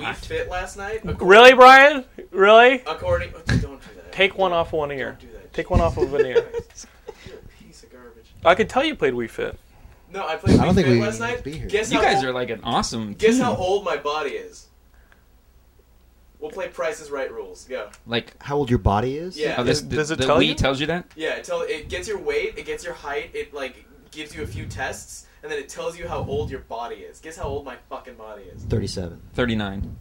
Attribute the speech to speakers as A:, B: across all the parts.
A: last night. According,
B: Really, Brian? Really?
A: According, oh, don't do that.
B: Take one off one ear.
A: Don't do that.
B: Take one off of an ear.
A: You're a piece of garbage.
B: I could tell you played Wii Fit.
A: No, I played.
C: I don't
A: Big
C: think
A: Bang
C: we
A: last
C: need to
A: night.
C: be here.
A: Guess
D: You
A: how
D: guys
A: old,
D: are like an awesome
A: Guess
D: team.
A: how old my body is. We'll play Price is Right rules. Go.
D: Like,
C: How old your body is?
A: Yeah.
D: oh, this,
B: Does- Uh, does
D: the,
B: it
D: the
B: tell
D: Wii
B: you?
D: tells you that?
A: Yeah. It tell it gets your weight. It gets your height. It like gives you a few tests, and then it tells you how old your body is. Guess how old my fucking body is.
C: 37.
D: 39.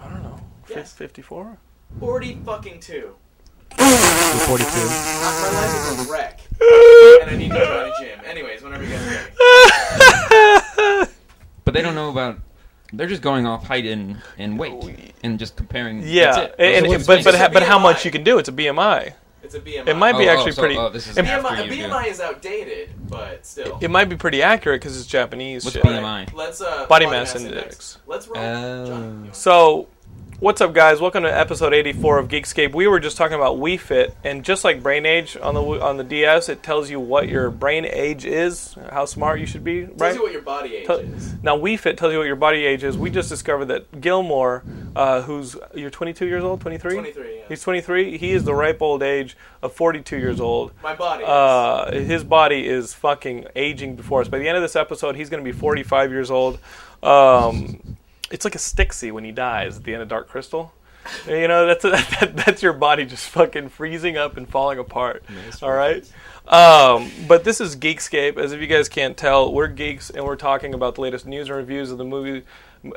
B: I don't know.
A: Yes.
B: 54?
A: Forty fucking two.
C: You're 42.
A: My life is a wreck, and I need to join a gym. Anyways, whenever you guys are ready.
D: But they don't know about. They're just going off height and, and weight and just comparing.
B: yeah.
D: That's it.
B: And,
D: Those are
B: and- but,
D: the
B: but,
D: things.
B: ha- but how much
A: BMI.
B: you can do. It's a BMI.
A: It's a BMI.
B: It might be
D: Oh, oh,
B: actually
D: so-
B: pretty.
D: oh, this is
B: it,
D: after
A: BMI,
D: you do.
A: BMI is outdated, but still.
B: it might be pretty accurate because it's Japanese
D: What's
B: shit.
D: BMI?
A: Let's uh
B: Body mass index. Uh,
A: Let's roll.
D: Oh.
A: John, you
B: So, what's up, guys? Welcome to episode 84 of Geekscape. We were just talking about Wii Fit, and just like Brain Age on the on the DS, it tells you what your brain age is, how smart you should be,
A: Tells
B: right?
A: you what your body age
B: Tell-
A: is.
B: Now, Wii Fit tells you what your body age is. We just discovered that Gilmore, uh, who's you're 22 years old, 23.
A: 23, yeah.
B: He's 23. He is the ripe old age of 42 years old.
A: My body. is.
B: Uh, his body is fucking aging before us. By the end of this episode, he's going to be 45 years old. Um, it's like a Stixie when he dies at the end of Dark Crystal. You know, that's that, that's your body just fucking freezing up and falling apart. All right. Um, but this is Geekscape. As if you guys can't tell, we're geeks and we're talking about the latest news and reviews of the movie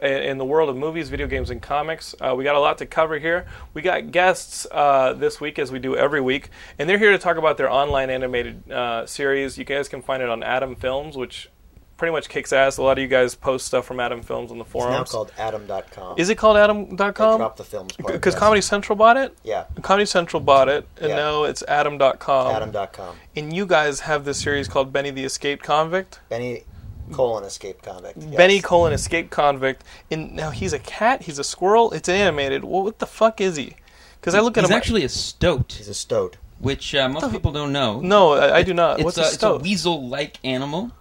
B: in the world of movies, video games, and comics. Uh, we got a lot to cover here. We got guests uh, this week, as we do every week, and they're here to talk about their online animated uh, series. You guys can find it on Atom Films, which pretty much kicks ass. A lot of you guys post stuff from Atom Films on the
E: It's now
B: forums.
E: called Adam.com.
B: Is it called Atom.com?
E: Drop the films part.
B: Because
E: yes.
B: Comedy Central bought it?
E: Yeah.
B: Comedy Central bought it, and
E: Yeah.
B: now it's Adam.com.
E: Adam.com.
B: And you guys have this series called Benny the Escaped Convict.
E: Benny colon escape convict. Yes.
B: Benny colon escaped convict. And now he's a cat, he's a squirrel, it's animated. Well, what the fuck is he? Because I look at
D: He's
B: him.
D: actually a stoat,
E: He's a stoat.
D: which uh, most people don't know.
B: no, I, I do not.
D: It's,
B: What's
D: a,
B: a
D: it's a
B: stoat?
D: weasel-like animal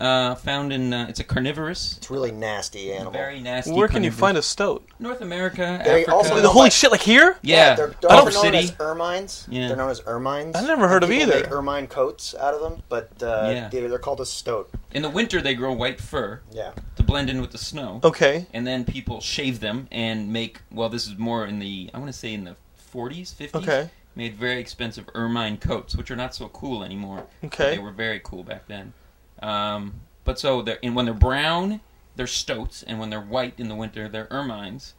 D: uh, found in. Uh, it's a carnivorous,
E: It's a really nasty animal.
D: very nasty.
B: Where can you
D: carnivorous-
B: find a stoat?
D: North America,
E: They
D: Africa.
E: also-
B: The
E: know
B: holy
E: about-
B: shit, like here?
D: yeah,
E: they're, they're
D: Culver
E: also known
D: City.
E: as ermines.
D: Yeah.
E: They're known as ermines.
B: I never heard
E: And
B: of
E: people
B: either.
E: Make ermine coats out of them, but uh,
D: Yeah.
E: they, they're called a stoat.
D: In the winter, they grow white fur
E: Yeah,
D: to blend in with the snow,
B: Okay.
D: and then people shave them and make. Well, this is more in the. I want to say in the 40s, 50s.
B: Okay.
D: Made very expensive ermine coats, which are not so cool anymore.
B: Okay.
D: They were very cool back then. Um, but so they're and when they're brown, they're stoats, and when they're white in the winter, they're ermines.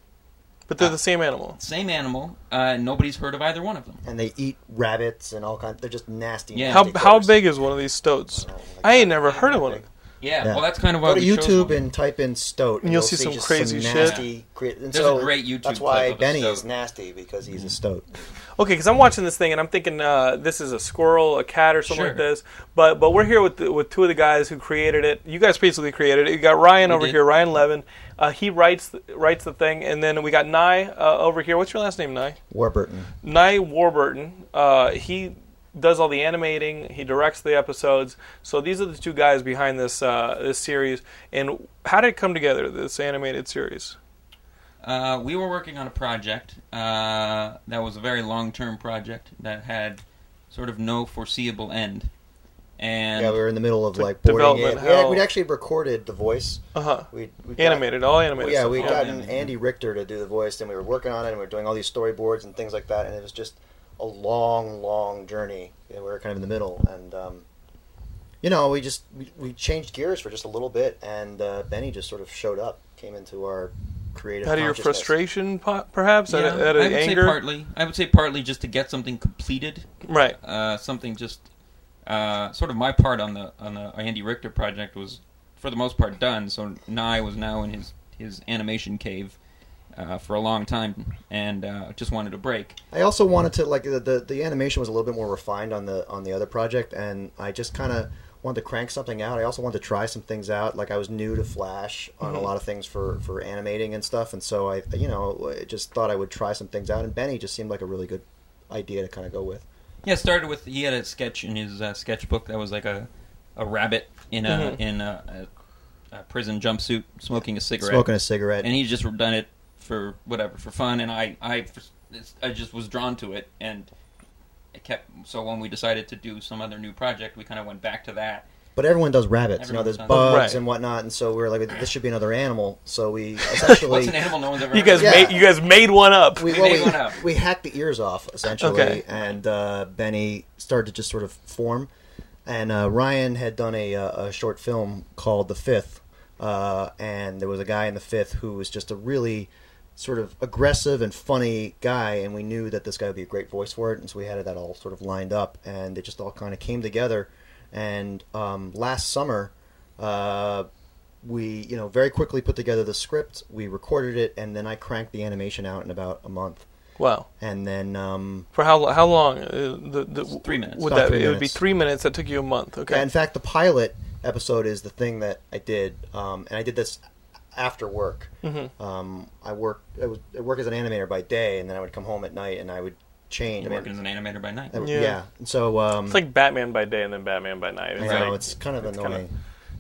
B: But they're the same animal.
D: Same animal. Uh, nobody's heard of either one of them.
E: and they eat rabbits and all kinds. They're just nasty.
D: Yeah.
B: How,
E: nasty
B: how
E: critters.
B: big is one of these stoats? I ain't never heard of one. of-
D: Yeah,
E: Yeah.
D: well, that's kind of why
E: Go to
D: we chose
E: YouTube
D: one.
E: and type in stoat,
B: And you'll see some
E: just
B: crazy shit.
E: nasty cre- and
D: There's a
E: so
D: great YouTube
E: That's
D: clip
E: why
D: of a
E: Benny
D: stoat.
E: is nasty because he's
B: Mm.
E: a stoat.
B: Okay, because I'm watching this thing and I'm thinking uh, this is a squirrel, a cat, or something
D: Sure.
B: like this. But but we're here with the, with two of the guys who created it. You guys basically created it. You got Ryan
D: We
B: over
D: did.
B: here, Ryan Levin. Uh, he writes th- writes the thing, and then we got Nye uh, over here. What's your last name, Nye?
E: Warburton.
B: Nye Warburton. Uh, he does all the animating. He directs the episodes. So these are the two guys behind this uh, this series. And how did it come together? This animated series.
D: Uh, we were working on a project uh, that was a very long-term project that had sort of no foreseeable end, and
E: Yeah, we were in the middle of
B: To
E: like boarding
B: development
E: it. We had,
B: hell.
E: we'd actually recorded the voice.
B: Uh huh.
E: We we got-
B: Animated, all animated.
E: Yeah,
B: stuff.
E: we
D: all
E: got
D: animated.
E: Andy Richter to do the voice, and we were working on it, and we were doing all these storyboards and things like that, and it was just a long, long journey. And we were kind of in the middle, and um, you know, we just we, we changed gears for just a little bit, and uh, Benny just sort of showed up, came into our creative.
B: out of your
E: consciousness.
B: frustration, po- perhaps, out of,
D: Yeah,
B: out of
D: I would
B: anger,
D: say partly. I would say partly just to get something completed,
B: right?
D: uh, something just uh, sort of my part on the on the Andy Richter project was for the most part done. So Nye was now in his his animation cave uh, for a long time, and uh, just wanted a break.
E: I also wanted to like the, the the animation was a little bit more refined on the on the other project, and I just kind of wanted to crank something out. I also wanted to try some things out. Like I was new to Flash on
D: Mm-hmm.
E: a lot of things for for animating and stuff, and so I you know I just thought I would try some things out. And Benny just seemed like a really good idea to kind of go with.
D: Yeah, it started with he had a sketch in his uh, sketchbook that was like a a rabbit in a
B: Mm-hmm.
D: in a, a, a prison jumpsuit smoking a cigarette,
E: Smoking a cigarette,
D: and he's just done it for whatever for fun, and I I it's- I just was drawn to it, and it kept. So when we decided to do some other new project, we kind of went back to that.
E: But everyone does rabbits, you know.
D: Everyone
E: There's
D: does.
E: bugs
B: Right.
E: and whatnot, and so we were like, this should be another animal. So we
D: What's
E: essentially
D: an animal no one's ever?
B: You
D: heard
B: guys
D: of?
E: Yeah.
B: made you guys made one up.
E: we,
D: We
E: well,
D: made
E: we,
D: one up.
E: we hacked the ears off essentially,
B: Okay.
E: and uh, Benny started to just sort of form. And uh, Ryan had done a, uh, a short film called The Fifth, uh, and there was a guy in The Fifth who was just a really sort of aggressive and funny guy, and we knew that this guy would be a great voice for it, and so we had that all sort of lined up, and it just all kind of came together. And um, last summer, uh, we you know very quickly put together the script we recorded it and then i cranked the animation out in about a month
B: Wow.
E: and then um
B: For how how long? Uh, the, the,
D: three minutes.
B: Would
E: About
B: that
E: three
B: it would be
E: minutes.
B: three minutes? That took you a month. Okay.
E: yeah, in fact the pilot episode is the thing that i did um and i did this after work
B: Mm-hmm.
E: um i worked I, was, I work as an animator by day and then i would come home at night and i would change
D: You're
E: I mean,
D: working as an animator by night.
E: I would-
B: Yeah.
E: yeah. And so um
B: it's like Batman by day and then Batman by night. It's
E: I
B: like,
E: know it's kind of
B: it's
E: annoying.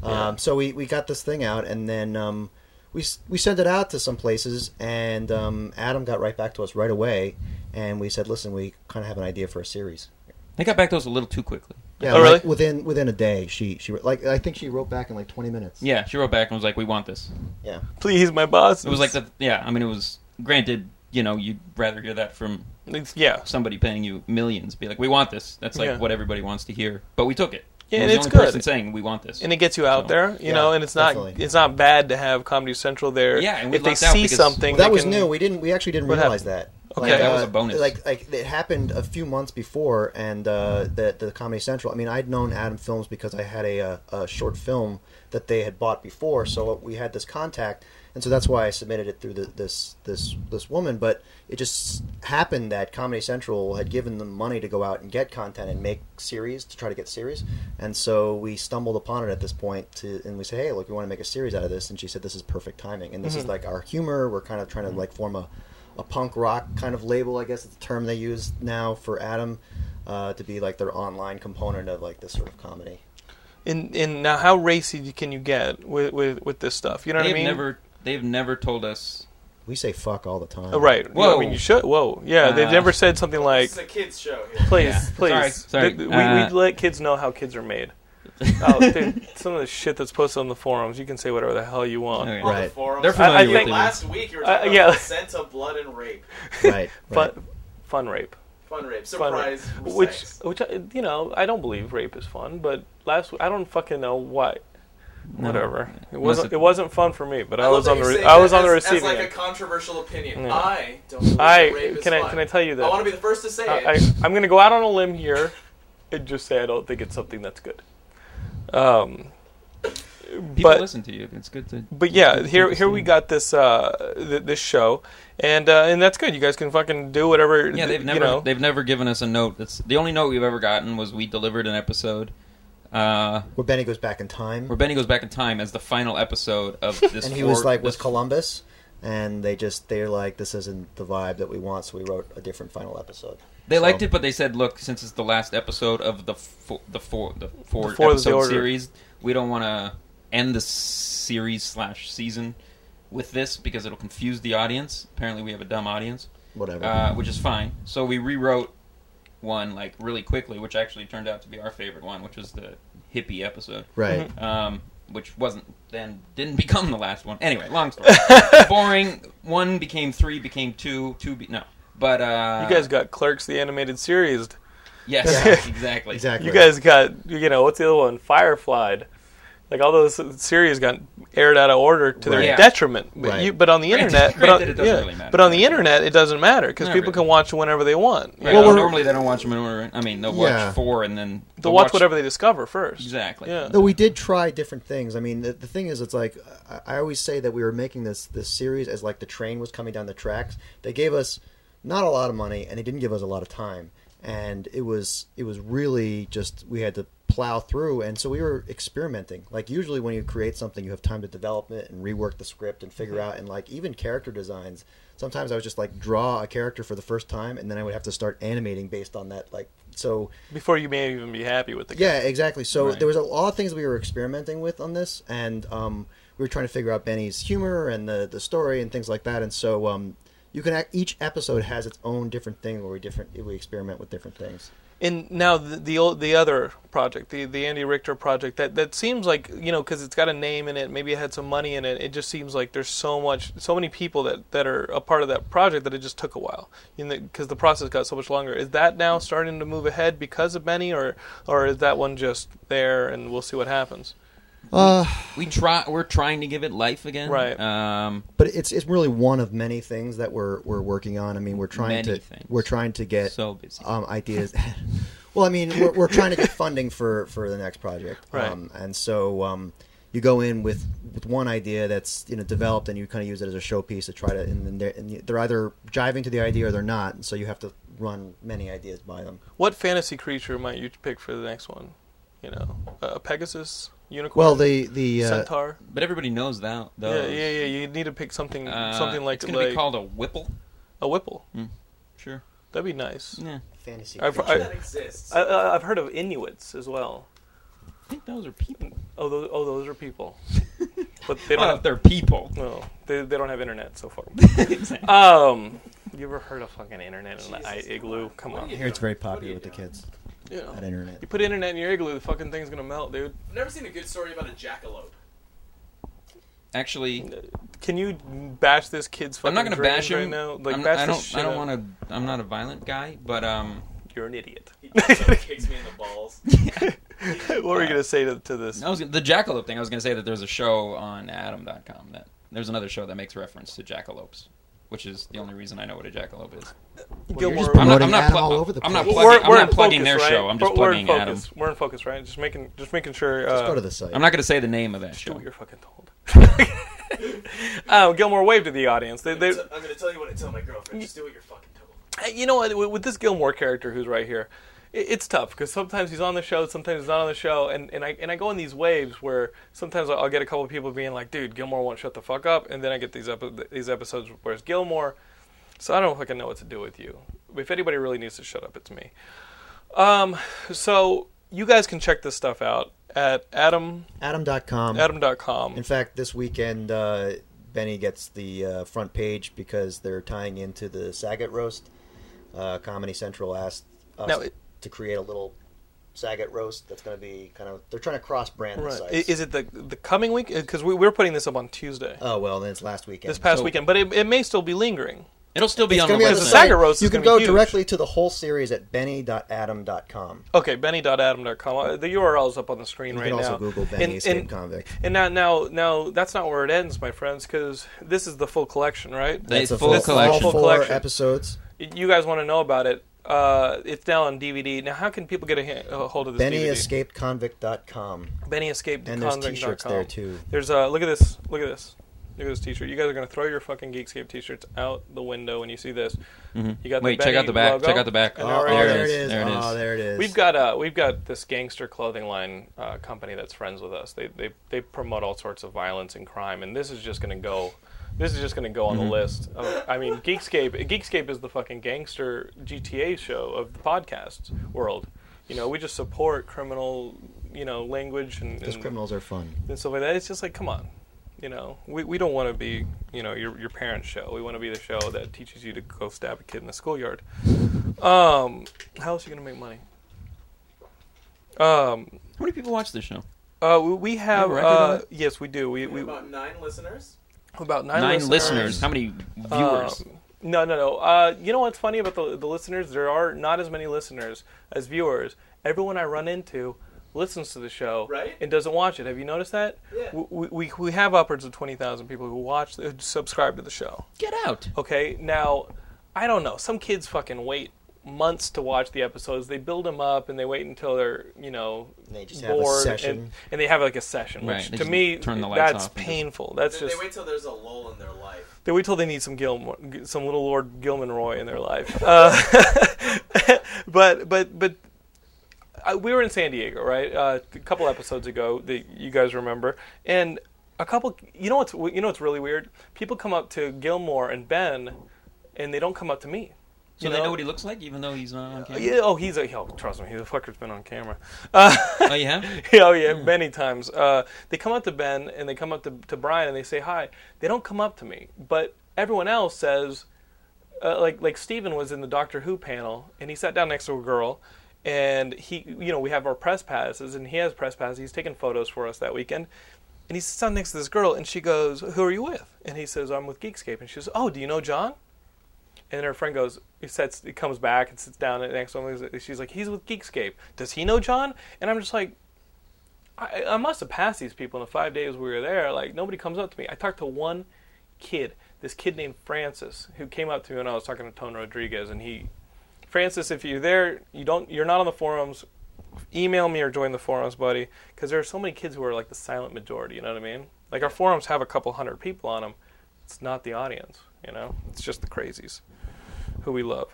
B: kinda-
E: Um, so we, we got this thing out, and then um, we s- we sent it out to some places, and um, Adam got right back to us right away, and we said, listen, we kind of have an idea for a series.
D: They got back to us a little too quickly.
E: Yeah,
B: Oh,
E: like,
B: really?
E: Within within a day, she she like I think she wrote back in like twenty minutes.
D: Yeah, she wrote back and was like, "We want this."
E: yeah.
B: please, my boss.
D: It was like the yeah. I mean, it was granted. You know, you'd rather hear that from
B: It's, yeah.
D: somebody paying you millions. Be like, "We want this." That's like
B: Yeah.
D: what everybody wants to hear. But we took it.
B: Yeah,
D: it
B: and it's
D: was the only person
B: good.
D: saying we want this.
B: And it gets you out
D: So-
B: there, you
E: Yeah,
B: know, and it's not
E: definitely.
B: it's not bad to have Comedy Central there.
D: Yeah, and we
B: if they
D: lucked out
B: see
D: because-
B: something,
E: Well, that
B: they
E: was
B: can-
E: new. We didn't. We actually didn't
B: What
E: realize that.
B: Okay. That
D: was
E: uh,
D: a bonus.
E: Like, like it happened a few months before, and uh, the the Comedy Central. I mean, I'd known Adam Films because I had a, uh, a, a short film that they had bought before, so we had this contact, and so that's why I submitted it through the, this this this woman. But it just happened that Comedy Central had given them money to go out and get content and make series to try to get series, and so we stumbled upon it at this point. To and we said, hey, look, we want to make a series out of this, and she said, this is perfect timing, and this is like our humor. We're kind of trying to like form a a punk rock kind of label, I guess is the term they use now for Adam uh, to be like their online component of like this sort of comedy.
B: And and now, how racy can you get with with, with this stuff? You know
D: they've
B: what I mean?
D: never they've never told us.
E: We say fuck all the time.
B: Oh, right. Whoa.
D: Whoa.
B: I mean, you should. Whoa. Yeah, they've
D: Uh,
B: never said something like,
A: this is a kids show. Here.
B: please,
D: Yeah.
B: please.
D: Sorry, sorry.
B: Th- th- we,
D: Uh,
B: we let kids know how kids are made. oh, dude, some of the shit that's posted on the forums, you can say whatever the hell you want.
D: Oh, yeah.
A: On
E: Right.
A: The forums.
D: They're
B: familiar I- I with
A: Like
B: it.
A: Last week you were
B: Uh,
A: talking
B: yeah.
A: about consent of blood and rape,
E: Right. right.
B: Fun, fun rape.
A: fun rape,
B: Fun rape.
A: surprise,
B: Which,
A: sex.
B: which I- you know, I don't believe rape is fun, but last I don't fucking know why. Whatever. It wasn't.
D: Unless
B: It wasn't fun for me, but I,
A: love
B: was
A: that
B: on the.
A: you're
B: Re-
A: saying
B: I was
A: that
B: on the
A: as,
B: receiving
A: as like a
B: end.
A: controversial opinion.
B: Yeah.
A: I don't. Believe that
B: I
A: rape is
B: can I
A: fun.
B: can I tell you that?
A: I want to be the first to say
B: I,
A: it.
B: I, am going to go out on a limb here and just say I don't think it's something that's good. Um,
D: People
B: but-
D: listen to you. It's good to.
B: but yeah, here here we got this uh, th- this show, and uh, and that's good. You guys can fucking do whatever.
D: Yeah, they've never
B: You know.
D: they've never given us a note. That's the only note we've ever gotten was we delivered an episode. Uh,
E: Where Benny goes back in time,
D: where Benny goes back in time as the final episode of this.
E: and he
D: four-
E: was like with
D: this-
E: Columbus, and they just they're like this isn't the vibe that we want, so we wrote a different final episode.
D: They
E: So-
D: liked it, but they said, "Look, since it's the last episode of the fo- the four the four
B: The four is the
D: episode
B: order.
D: series, we don't want to end the series slash season with this because it'll confuse the audience. Apparently, we have a dumb audience,
E: Whatever.
D: uh, which is fine. So we rewrote one like really quickly, which actually turned out to be our favorite one, which was the hippie episode,
E: right.
B: mm-hmm.
D: um, which wasn't then didn't become the last one. Anyway, long story. Boring. One became three, became two, two be- no. But uh,
B: you guys got Clerks the animated series.
D: yes, exactly,
E: Exactly.
B: You guys got you know what's the other one? Firefly. Like all those series got aired out of order to their
D: Right. Yeah.
B: detriment, but
E: Right.
B: you but on the
D: Granted-
B: internet, but
D: granted
B: on,
D: it doesn't
B: yeah,
D: really matter.
B: but on the internet it doesn't matter because
D: Not
B: people
D: really.
B: can watch whenever they want.
D: Right,
B: You know,
D: well,
B: we're-
D: normally they don't watch them in order. right? I mean, they'll watch
E: Yeah.
D: four and then
B: They'll watch whatever they discover first.
D: Exactly.
B: Yeah.
E: No, we did try different things. I mean, the, the thing is, it's like I, I always say that we were making this this series as like the train was coming down the tracks. They gave us not a lot of money, and they didn't give us a lot of time, and it was it was really just we had to plow through, and so we were experimenting. Like usually, when you create something, you have time to develop it and rework the script and figure out, and like even character designs. Sometimes I would just like draw a character for the first time, and then I would have to start animating based on that. Like so,
B: Before you may even be happy with the guy.
E: yeah, exactly. So
D: Right.
E: there was a lot of things we were experimenting with on this, and um, we were trying to figure out Benny's humor and the the story and things like that. And so um, you can act, each episode has its own different thing where we different we experiment with different things.
B: And now the the, old, the other project, the the Andy Richter project, that that seems like you know because it's got a name in it, maybe it had some money in it. It just seems like there's so much, so many people that that are a part of that project that it just took a while, because you know, 'cause the process got so much longer. Is that now starting to move ahead because of Benny, or or is that one just there and we'll see what happens?
C: Uh,
D: We try. We're trying to give it life again.
B: Right.
D: Um,
E: But it's it's really one of many things that we're we're working on. I mean, we're trying to
D: Many things.
E: we're trying to get
D: so busy.
E: um, ideas. well, I mean, we're, we're trying to get funding for, for the next project,
B: Right.
E: um, and so um, you go in with, with one idea that's you know developed, and you kind of use it as a showpiece to try to. And then they're, and you- they're either jiving to the idea or they're not, and so you have to run many ideas by them.
B: What fantasy creature might you pick for the next one? You know, uh, Pegasus, unicorn,
E: Well, the the uh,
B: centaur.
D: but everybody knows that.
B: Yeah,
D: Those.
B: yeah, yeah. You need to pick something,
D: Uh,
B: something like
D: it's gonna
B: like
D: be called a Whipple.
B: a whipple.
D: Sure.
B: That'd be nice.
D: Yeah.
E: fantasy.
B: I've-
E: creature.
A: Sure
B: I-
A: that exists.
B: I, I, I've heard of Inuits as well.
D: I think those are people.
B: Oh, those, oh, those are people, but they don't.
D: Well, if
B: have,
D: they're people.
B: no, they, they don't have internet so far.
D: Exactly.
B: um, you ever heard of fucking internet in an
A: Jesus,
B: i- igloo? Come
A: What
B: on,
E: I
A: do you-
E: hear it's very popular with the kids
B: you know.
E: at internet.
B: You put internet in your igloo, the fucking thing's gonna melt, dude.
A: I've never seen a good story about a jackalope.
D: Actually,
B: Can you bash this kid's fucking
D: I'm not gonna
B: dreams
D: bash him.
B: right now? Like,
D: I'm,
B: bash
D: I
B: the
D: don't. I
B: shit
D: don't
B: out-
D: want to. I'm not a violent guy, but um.
B: You're an idiot.
A: He gets up, kicks me in the balls.
B: what were you gonna say to, to this?
D: I was the jackalope thing. I was going to say that there's a show on Adam.com that there's another show that makes reference to jackalopes, which is the only reason I know what a jackalope is.
C: you're just
B: Gilmore-
D: I'm not,
C: Promoting
D: I'm not,
C: Adam
D: plu-
C: all over the
D: I'm
C: place.
D: not plugging, I'm
B: in
D: not plugging
B: focus,
D: their
B: right?
D: show. I'm just
B: But we're in
D: plugging Adam.
B: focus. We're in focus, right? Just making, just making sure. Uh,
E: Just go to the site.
D: I'm not going to say the name of that
B: do
D: show.
B: what you're fucking told. oh, Gilmore waved to the audience. They, they,
A: I'm gonna tell you what I tell my girlfriend. Just do what you're fucking told.
B: Hey, you know what? With with this Gilmore character who's right here, it- it's tough because sometimes he's on the show, sometimes he's not on the show, and, and I and I go in these waves where sometimes I'll I'll get a couple of people being like, "Dude, Gilmore won't shut the fuck up," and then I get these epi- these episodes where it's Gilmore. So I don't fucking know what to do with you. If anybody really needs to shut up, it's me. Um, so you guys can check this stuff out at Adam
E: Adam.com.
B: Adam.com.
E: In fact, this weekend, uh, Benny gets the uh, front page because they're tying into the Saget roast. Uh, Comedy Central asked us
B: Now, it-
E: to create a little Saget roast that's going to be kind of. They're trying to cross brand the
B: Right. I-
E: sites.
B: Is it the the coming week? Because we, we're putting this up on Tuesday,
E: oh well, then it's last weekend.
B: this past
D: So-
B: weekend, but it, it may still be lingering.
D: It'll still be
E: it's
D: on
E: gonna be
D: the
E: on the
D: website.
B: Because the Saget
E: site.
B: roast
E: You
B: is
E: can
B: gonna
E: go
B: be huge.
E: directly to the whole series at Benny.Adam.com.
B: Okay, benny.adam.com. Uh, The URL is up on the screen
E: You
B: right
E: can also
B: now.
E: Google Benny
B: And-
E: Escape
B: and,
E: Convict.
B: and now, now, now, that's not where it ends, my friends, because this is the full collection, right?
D: They-
E: It's a
D: full
E: full,
D: collection.
E: All
B: Full
E: four
B: collection.
E: episodes.
B: you guys want to know about it? Uh, it's now on DVD. Now, how can people get a, ha- a hold of this DVD?
E: BennyEscapedConvict.com.
B: Benny Escape
E: And there's t-shirts there too.
B: There's uh, look at this, look at this, look at this T-shirt. You guys are gonna throw your fucking Geekscape T-shirts out the window when you see this. You got the
D: Mm-hmm. Wait, check out
B: Benny
D: the back.
B: logo,
D: Check out the back.
B: and
E: Oh,
B: there
E: there,
B: it
E: it
B: is.
E: is.
D: There it is.
E: Oh, there it is.
B: We've got uh, we've got this gangster clothing line uh, company that's friends with us. They, they they promote all sorts of violence and crime, and this is just gonna go. This is just gonna go on the list. Of, I mean, Geekscape. Geekscape is the fucking gangster GTA show of the podcast world. You know, we just support criminal, you know, language and,
E: Because
B: and-
E: criminals are fun.
B: and stuff like that. It's just like, come on, you know, we, we don't want to be, you know, your your parents' show. We want to be the show that teaches you to go stab a kid in the schoolyard. Um, how else are you gonna make money? Um,
D: How many people watch this show?
B: uh, we- we have,
D: a record on
B: uh,
D: it?
B: yes, we do. We,
A: We
B: we
A: have about nine listeners.
B: about nine,
D: Nine, listeners. How many viewers?
B: Um, no, no, no. Uh, you know what's funny about the the listeners? There are not as many listeners as viewers. Everyone I run into listens to the show
A: Right.
B: and doesn't watch it. Have you noticed that?
A: Yeah.
B: W- We, we, we have upwards of twenty thousand people who watch who subscribe to the show.
D: Get out.
B: Okay, now I don't know. Some kids fucking wait months to watch the episodes. They build them up and they wait until they're you know
E: They just have a
B: bored And,
E: session.
B: and they have like a session,
D: Right,
B: which
D: they
B: to
D: just
B: me
D: turn the lights
B: that's
D: off and just-
B: painful. That's
A: They,
B: just
A: they wait till there's a lull in their life.
B: they wait till they need some Gilmore, some little Lord Gilman Roy in their life. Uh, but but but I, we were in San Diego, right? Uh, a couple episodes ago that you guys remember, and a couple. You know what's you know what's really weird? People come up to Gilmore and Ben, and they don't come up to me.
D: So
B: You
D: they
B: know-
D: know what he looks like, even though he's not on camera.
B: Yeah, oh, he's a. Oh, trust me, the fucker's been on camera. Uh,
D: Oh, you have?
B: oh, yeah, many times. Uh, they come up to Ben and they come up to, to Brian and they say hi. They don't come up to me, but everyone else says, uh, like like Steven was in the Doctor Who panel and he sat down next to a girl and he you know we have our press passes and he has press passes he's taking photos for us that weekend and he sits down next to this girl and she goes who are you with and he says I'm with Geekscape and she says oh do you know John and her friend goes, he sets, he comes back and sits down at the next one. She's like, he's with Geekscape. Does he know John? And I'm just like, I, I must have passed these people in the five days we were there. Like nobody comes up to me. I talked to one kid, this kid named Francis, who came up to me when I was talking to Tone Rodriguez, and he, Francis, if you're there, you don't, you're not on the forums. Email me or join the forums, buddy, because there are so many kids who are like the silent majority. You know what I mean? Like our forums have a couple hundred people on them. It's not the audience. You know, it's just the crazies who we love.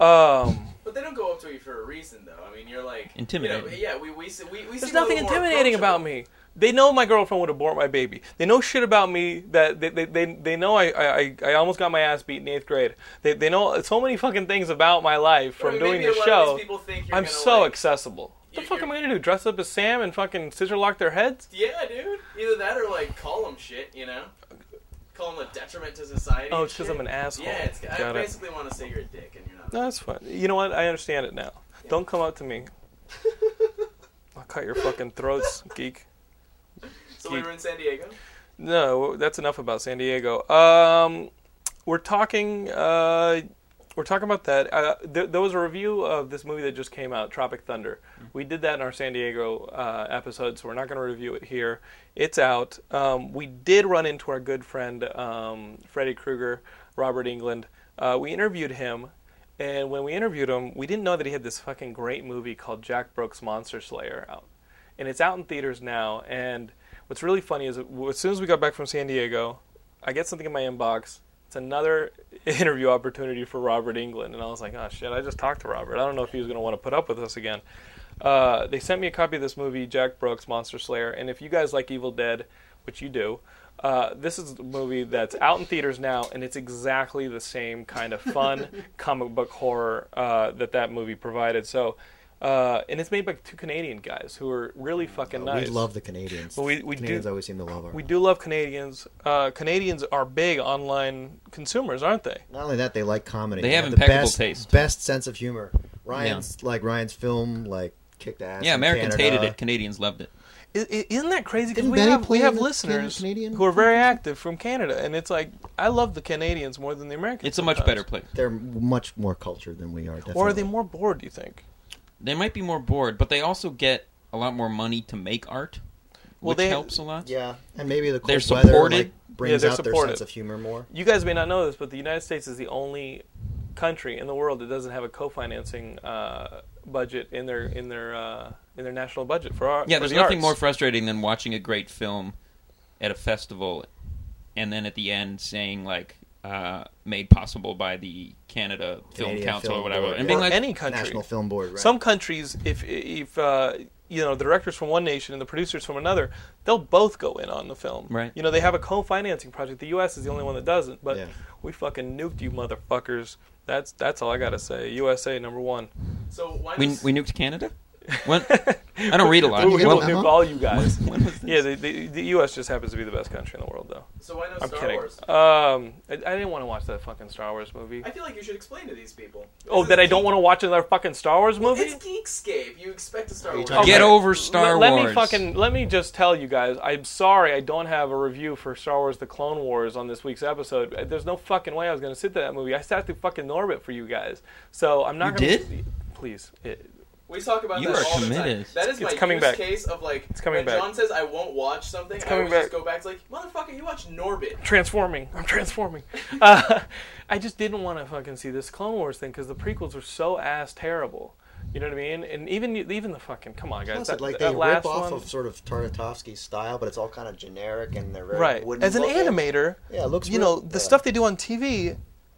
B: Um,
A: But they don't go up to you for a reason, though. I mean, you're like
D: Intimidating.
A: You know, yeah, we we se- we, we
B: there's
A: seem a
B: nothing
A: little more
B: intimidating about
A: approachable.
B: me. They know my girlfriend would abort my baby. They know shit about me that they they, they, they know I, I, I- I almost got my ass beat in eighth grade. They, they know so many fucking things about my life
A: I
B: from
A: mean,
B: doing
A: maybe
B: this
A: a lot
B: show.
A: Of these people think you're
B: I'm
A: gonna,
B: so
A: like,
B: accessible. What the
A: you-
B: fuck am I
A: you're-
B: gonna do? Dress up as Sam and fucking scissor lock their heads?
A: Yeah, dude. Either that or like call them shit. You know, call them a detriment to society.
B: Oh,
A: and
B: it's because
A: shit.
B: I'm an asshole.
A: Yeah, it's, I
B: Got it.
A: basically want to say you're a dick, and you're not.
B: No, that's fine. You know what? I understand it now. Don't come up to me. I'll cut your fucking throats, geek.
A: So we
B: geek.
A: were in San Diego.
B: No, that's enough about San Diego. Um, we're talking. Uh, we're talking about that. Uh, th- there was a review of this movie that just came out, Tropic Thunder. We did that in our San Diego uh, episode, so we're not going to review it here. It's out. Um, we did run into our good friend um, Freddy Krueger, Robert England. Uh, we interviewed him, and when we interviewed him, we didn't know that he had this fucking great movie called Jack Brooks Monster Slayer out and it's out in theaters now. And what's really funny is, as soon as we got back from San Diego, I get something in my inbox. It's another interview opportunity for Robert England, and I was like, oh shit, I just talked to Robert. I don't know if he was going to want to put up with us again. Uh, they sent me a copy of this movie, Jack Brooks, Monster Slayer, and if you guys like Evil Dead, which you do. Uh, this is a movie that's out in theaters now, and it's exactly the same kind of fun comic book horror uh, that that movie provided. So, uh, and it's made by two Canadian guys who are really fucking nice.
E: We love the Canadians.
B: Well, we- we do-
E: Canadians always seem to love our.
B: We do love Canadians. Uh, Canadians are big online consumers, aren't they?
E: Not only that, they like comedy.
D: They have
E: the
D: impeccable
E: best,
D: taste.
E: Best sense of humor. Ryan's like Ryan's film like kicked ass.
D: Yeah,
E: in
D: Americans
E: Canada.
D: hated it. Canadians loved it.
B: I- I- Isn't that crazy? Because
E: Didn't
B: we
E: Benny
B: have, we
E: play
B: have
E: in the
B: listeners
E: Canadian-
B: who are very active from Canada, and it's like I love the Canadians more than the Americans.
D: It's a much
B: sometimes.
D: better place.
E: They're much more cultured than we are. Definitely.
B: Or are they more bored? Do you think?
D: They might be more bored, but they also get a lot more money to make art,
B: Well,
D: which
B: they-
D: helps a lot.
E: Yeah, and maybe the cold
D: They're
E: weather
D: supported.
E: like, brings
B: they're
E: out their
B: supported.
E: sense of humor more.
B: You guys may not know this, but the United States is the only country in the world that doesn't have a co-financing uh, budget in their in their uh, in their national budget for our
D: Yeah,
B: for
D: there's
B: the
D: nothing
B: arts.
D: more frustrating than watching a great film at a festival and then at the end saying like uh, made possible by the Canada Film
E: Canadian
D: Council
E: Film
D: or whatever
E: Board,
D: and
E: yeah.
D: being
B: Or
D: like
B: any country.
E: National Film Board. Right?
B: Some countries, if if uh, you know the directors from one nation and the producers from another, they'll both go in on the film.
D: Right.
B: You know they have a co-financing project. The U.S. is the only one that doesn't. But
E: Yeah.
B: we fucking nuked you motherfuckers. That's that's all I gotta say. USA number one.
A: So why?
D: we,
A: does-
D: we nuked Canada? When, I don't read a lot.
B: We will
E: Well,
B: nuke
E: Emma?
B: all you guys.
D: when was this?
B: Yeah, the, the, the U.S. just happens to be the best country in the world, though.
A: so why no
B: I'm
A: Star
B: kidding.
A: Wars?
B: Um, I, I didn't want to watch that fucking Star Wars movie.
A: I feel like you should explain to these people.
B: oh, that I don't want to watch another fucking Star Wars movie.
A: It's Geekscape. You expect a Star
E: Are you
A: Wars.
E: talking-
D: Get
B: Okay.
D: over Star
B: let,
D: Wars.
B: Let me fucking let me just tell you guys. I'm sorry I don't have a review for Star Wars: The Clone Wars on this week's episode. Uh, There's no fucking way I was going to sit through that movie. I sat through fucking Norbit for you guys, so I'm not. gonna,
D: You did?
B: Please, uh, it,
A: We talk about
D: You
A: that
D: are
A: all
D: committed.
A: the time. That is
B: It's
A: my
B: coming
A: use
B: back.
A: case of like
B: It's coming
A: when
B: back.
A: John says I won't watch something, I
B: coming
A: always just
B: back.
A: go back to like, motherfucker, you watch Norbit.
B: transforming. I'm transforming. uh, I just didn't want to fucking see this Clone Wars thing because the prequels were so ass terrible. You know what I mean? And even even the fucking come on guys,
E: Plus,
B: that,
E: it, like they
B: that last
E: rip off
B: one,
E: of sort of Tartakovsky's style, but it's all kind of generic and they're very
B: right?
E: wooden
B: As an
E: looking.
B: animator,
E: Yeah, it looks
B: you
E: real-
B: know the
E: yeah.
B: stuff they do on TV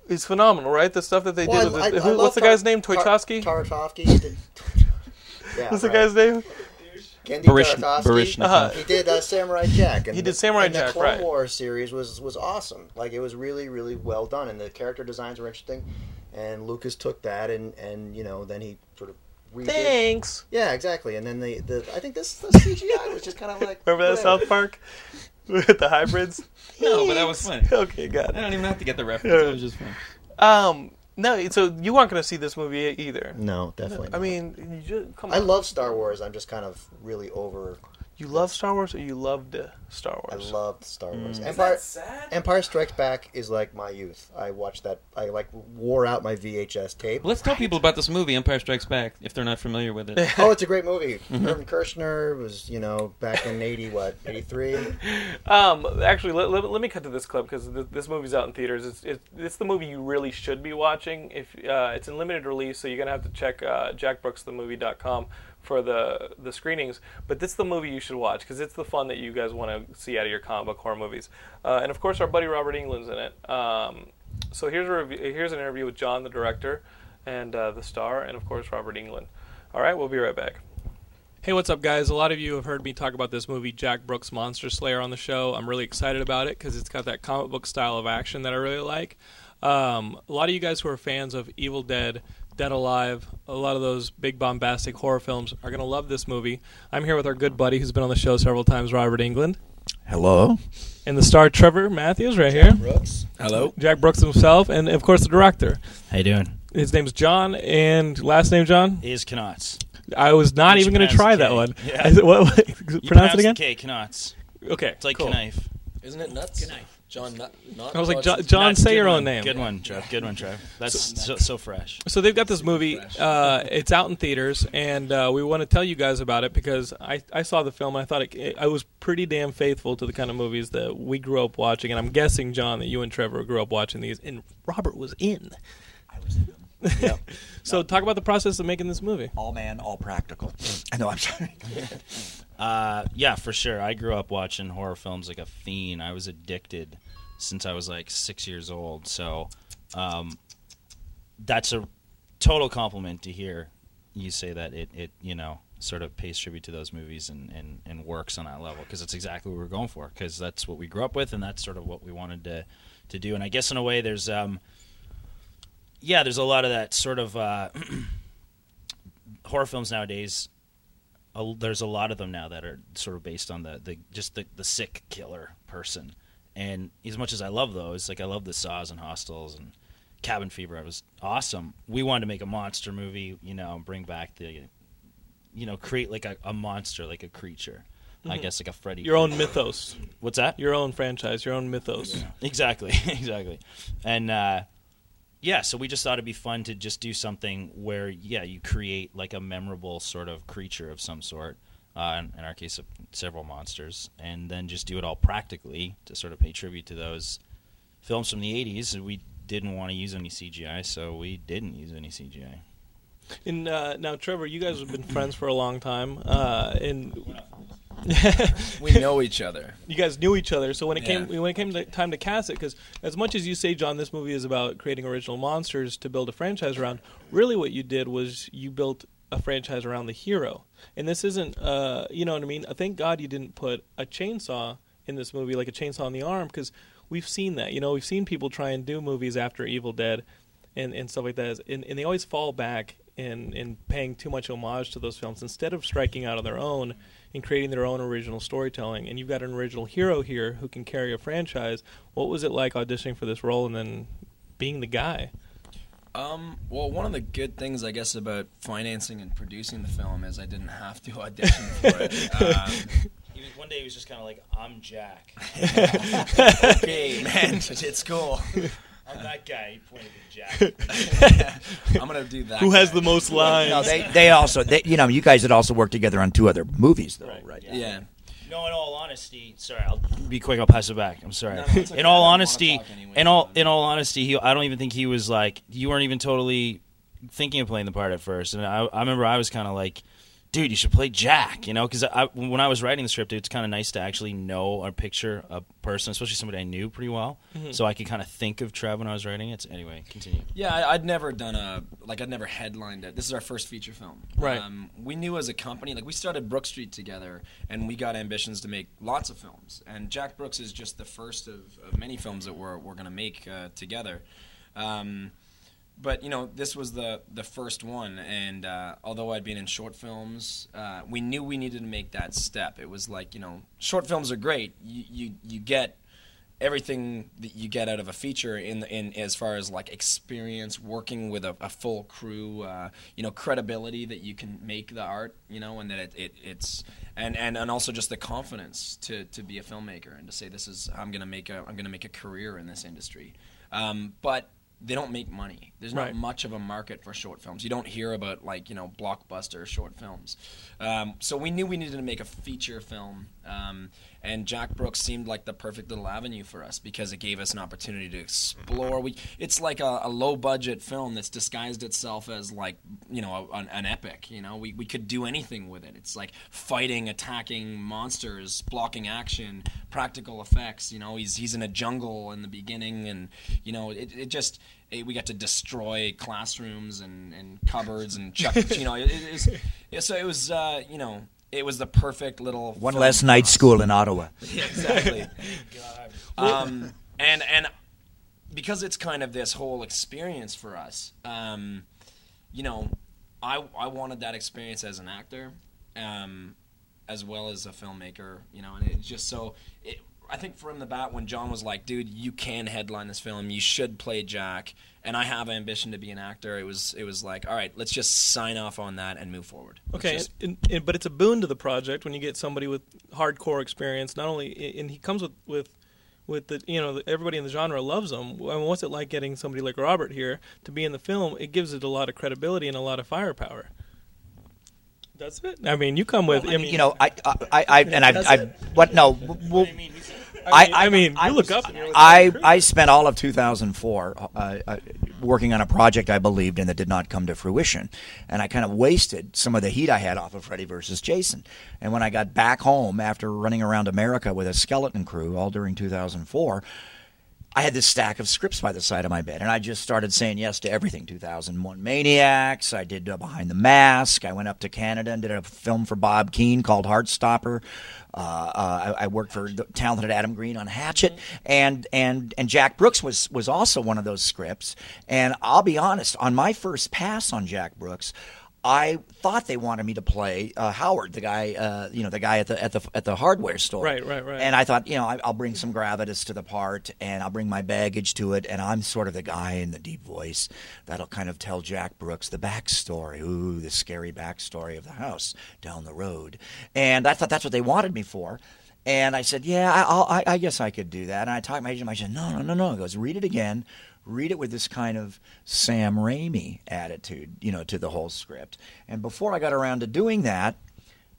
B: is phenomenal, right? The stuff that they
E: Well,
B: did.
E: I- I-
B: with
E: I
B: the, who-
E: love
B: what's the
E: Tar-
B: guy's name?
E: Tar-
B: Toychowski.
E: Tartakovsky. yeah,
B: what's the
E: right.
B: guy's name?
E: Gendy
D: Barish-
E: Tartakovsky.
D: Barishnikov.
B: Uh-huh.
E: He did uh, Samurai Jack. And
B: He did
E: the-
B: Samurai
E: and
B: Jack,
E: The Clone
B: right.
E: Wars series was was awesome. Like it was really really well done, and the character designs were interesting. and Lucas took that and and you know then he sort of redid.
B: Thanks.
E: Yeah, exactly. And then the, the I think this the CGI was just kind of like
B: Remember that
E: whatever.
B: South Park with the hybrids?
D: No, but that was funny.
B: Okay, got
D: I
B: it.
D: don't even have to get the reference. It was just fun.
B: Um, no, so you aren't going to see this movie e- either.
E: No, definitely.
B: I
E: not.
B: mean, you just, come on.
E: I love Star Wars. I'm just kind of really over.
B: you love Star Wars, or you loved uh, Star
E: I
B: Wars.
E: loved Star Wars.
B: Mm.
A: Is
E: Empire
A: that sad?
E: Empire Strikes Back is like my youth. I watched that. I like wore out my VHS tape.
D: Let's tell people about this movie, Empire Strikes Back, if they're not familiar with it.
E: Oh, it's a great movie.
B: Mm-hmm.
E: Irvin Kershner was, you know, back in eighty what eighty three.
B: Um, actually, let, let, let me cut to this clip because th- this movie's out in theaters. It's, it's, it's the movie you really should be watching. If uh, it's in limited release, so you're gonna have to check uh, jackbrooksthemovie.com for the the screenings. But this is the movie you should watch because it's the fun that you guys want to see out of your comic book horror movies. Uh, and of course, our buddy Robert England's in it. Um, so here's a review, here's an interview with John, the director, and uh, the star, and of course Robert England. All right, we'll be right back. Hey, what's up, guys? A lot of you have heard me talk about this movie, Jack Brooks Monster Slayer, on the show. I'm really excited about it because it's got that comic book style of action that I really like. Um, a lot of you guys who are fans of Evil Dead, Dead Alive, a lot of those big bombastic horror films are going to love this movie. I'm here with our good buddy who's been on the show several times, Robert England,
F: Hello.
B: and the star Trevor Matthews right here,
E: Brooks.
F: Hello.
B: Jack Brooks himself, and of course the director.
F: How you doing?
B: His name's John, and last name John.
F: Is Knots.
B: I was not
F: You
B: even going to try
F: pronounced the
B: that
F: K.
B: one.
F: Yeah.
B: I said- what- what- pronounce it again.
F: K, Knots.
B: Okay,
F: It's like
B: cool.
F: knife.
G: Isn't it nuts? John Nut. Not
B: I was like,
G: Nuts.
B: John, John
F: Knot,
B: say
F: good
B: your own
F: one.
B: name.
F: Good one, Trev. Good one, Trev. That's so, so fresh.
B: So they've got this movie. Uh, it's out in theaters, and uh, we want to tell you guys about it because I, I saw the film. And I thought it, it, I was pretty damn faithful to the kind of movies that we grew up watching, and I'm guessing John that you and Trevor grew up watching these, and Robert was in.
H: I was in them.
B: So talk about the process of making this movie.
H: All man, all practical. I know, I'm sorry.
F: Uh, yeah, for sure. I grew up watching horror films like a fiend. I was addicted since I was like six years old. So um, that's a total compliment to hear you say that it, it you know, sort of pays tribute to those movies and, and, and works on that level because it's exactly what we were going for because that's what we grew up with and that's sort of what we wanted to, to do. And I guess in a way, there's, um, yeah, there's a lot of that sort of uh, horror films nowadays a, there's a lot of them now that are sort of based on the, the just the, the sick killer person. And as much as I love those, like I love the Saws and Hostels and Cabin Fever, it was awesome. We wanted to make a monster movie, you know, and bring back the, you know, create like a, a monster, like a creature. I guess like a Freddy.
B: Your own mythos,
F: What's that?
B: your own franchise, your own mythos.
F: Exactly, exactly. And uh, yeah, so we just thought it'd be fun to just do something where, yeah, you create like a memorable sort of creature of some sort. Uh, in, in our case, of several monsters, and then just do it all practically to sort of pay tribute to those films from the '80s. We didn't want to use any CGI, so we didn't use any CGI.
B: And uh, now, Trevor, you guys have been friends for a long time, uh, and
G: we know each other.
B: you guys knew each other. So when it
G: Yeah.
B: came when it came to time to cast it, because as much as you say, John, this movie is about creating original monsters to build a franchise around. Really, what you did was you built a franchise around the hero. And this isn't, uh, you know what I mean? Uh, Thank God you didn't put a chainsaw in this movie, like a chainsaw on the arm, because we've seen that. You know, we've seen people try and do movies after Evil Dead and, and stuff like that, and, and they always fall back in, in paying too much homage to those films instead of striking out on their own and creating their own original storytelling. And you've got an original hero here who can carry a franchise. What was it like auditioning for this role and then being the guy?
G: Um, well, one of the good things, I guess, about financing and producing the film is I didn't have to audition for it. Um,
F: He was, one day he was just kind of like, "I'm Jack.
G: okay, man, it's cool.
F: I'm that guy." He pointed to Jack.
G: I'm gonna do that.
B: Who has
G: guy.
B: the most lines?
H: no, they they also they, you know you guys had also worked together on two other movies though, right?
G: Yeah.
F: No, in all honesty, sorry, I'll be quick. I'll pass it back. I'm sorry.
G: No, no, it's okay.
F: In all
G: I don't wanna
F: honesty,
G: talk anyway,
F: in all
G: so-
F: in all honesty, he, I don't even think he was like you weren't even totally thinking of playing the part at first. And I, I remember I was kind of like, dude, you should play Jack, you know, because I, when I was writing the script, it's kind of nice to actually know or picture a person, especially somebody I knew pretty well,
G: Mm-hmm.
F: so I could kind of think of Trev when I was writing it. So anyway, continue.
G: Yeah, I, I'd never done a like I'd never headlined it. This is our first feature film.
B: Right.
G: Um, we knew as a company, like we started Brook Street together, and we got ambitions to make lots of films. And Jack Brooks is just the first of, of many films that we're we're gonna make uh, together. Um, but you know, this was the the first one, and uh, although I'd been in short films, uh, we knew we needed to make that step. It was like you know, short films are great. You you, you get everything that you get out of a feature in the, in as far as like experience working with a, a full crew uh, you know credibility that you can make the art you know and that it, it it's and, and and also just the confidence to to be a filmmaker and to say this is I'm gonna make a I'm gonna make a career in this industry um, but they don't make money. There's
B: Right.
G: not much of a market for short films. You don't hear about like you know blockbuster short films. Um, so we knew we needed to make a feature film, um, and Jack Brooks seemed like the perfect little avenue for us because it gave us an opportunity to explore. We it's like a, a low budget film that's disguised itself as like you know a, an, an epic. You know we we could do anything with it. It's like fighting, attacking monsters, blocking action, practical effects. You know he's he's in a jungle in the beginning, and you know it, it just eh, we got to destroy classrooms and, and cupboards and chuck, E. you know, it, it, it's- yeah, so it was, uh, you know, it was the perfect little
H: One
G: film
H: less
G: for
H: night
G: us.
H: school in Ottawa.
G: Yeah, exactly. um, and and because it's kind of this whole experience for us, um, you know, I I wanted that experience as an actor, um, as well as a filmmaker, you know, and it's just so. It, I think from the bat when John was like, "Dude, you can headline this film. You should play Jack," and I have ambition to be an actor. It was it was like, all right, let's just sign off on that and move forward. Let's
B: Okay,
G: just-
B: and, and, but it's a boon to the project when you get somebody with hardcore experience. Not only, and he comes with with with the you know everybody in the genre loves him. I mean, what's it like getting somebody like Robert here to be in the film? It gives it a lot of credibility and a lot of firepower. That's it. I mean, you come with. I mean,
H: you know, I, I, I, I and I've, I've, what? No, we'll,
B: I mean,
H: I-
B: I mean,
H: I-
B: you look up. And you're like,
H: I, I spent all of 2004 uh, uh, working on a project I believed in that did not come to fruition. And I kind of wasted some of the heat I had off of Freddy versus Jason. And when I got back home after running around America with a skeleton crew all during 2004, I had this stack of scripts by the side of my bed, and I just started saying yes to everything. 2001 Maniacs, I did uh, Behind the Mask, I went up to Canada and did a film for Bob Keane called Heartstopper. Uh, uh, I, I worked for the talented Adam Green on Hatchet, and, and, and Jack Brooks was, was also one of those scripts. And I'll be honest, on my first pass on Jack Brooks, I thought they wanted me to play uh, Howard, the guy, uh, you know, the guy at the at the at the hardware store.
B: Right, right, right.
H: And I thought, you know, I, I'll bring some gravitas to the part, and I'll bring my baggage to it, and I'm sort of the guy in the deep voice that'll kind of tell Jack Brooks the backstory, ooh, the scary backstory of the house down the road. And I thought that's what they wanted me for. And I said, yeah, I, I'll, I, I guess I could do that. And I talked to my agent. I said, no, no, no, no. He goes, read it again read it with this kind of Sam Raimi attitude, you know, to the whole script. And before I got around to doing that,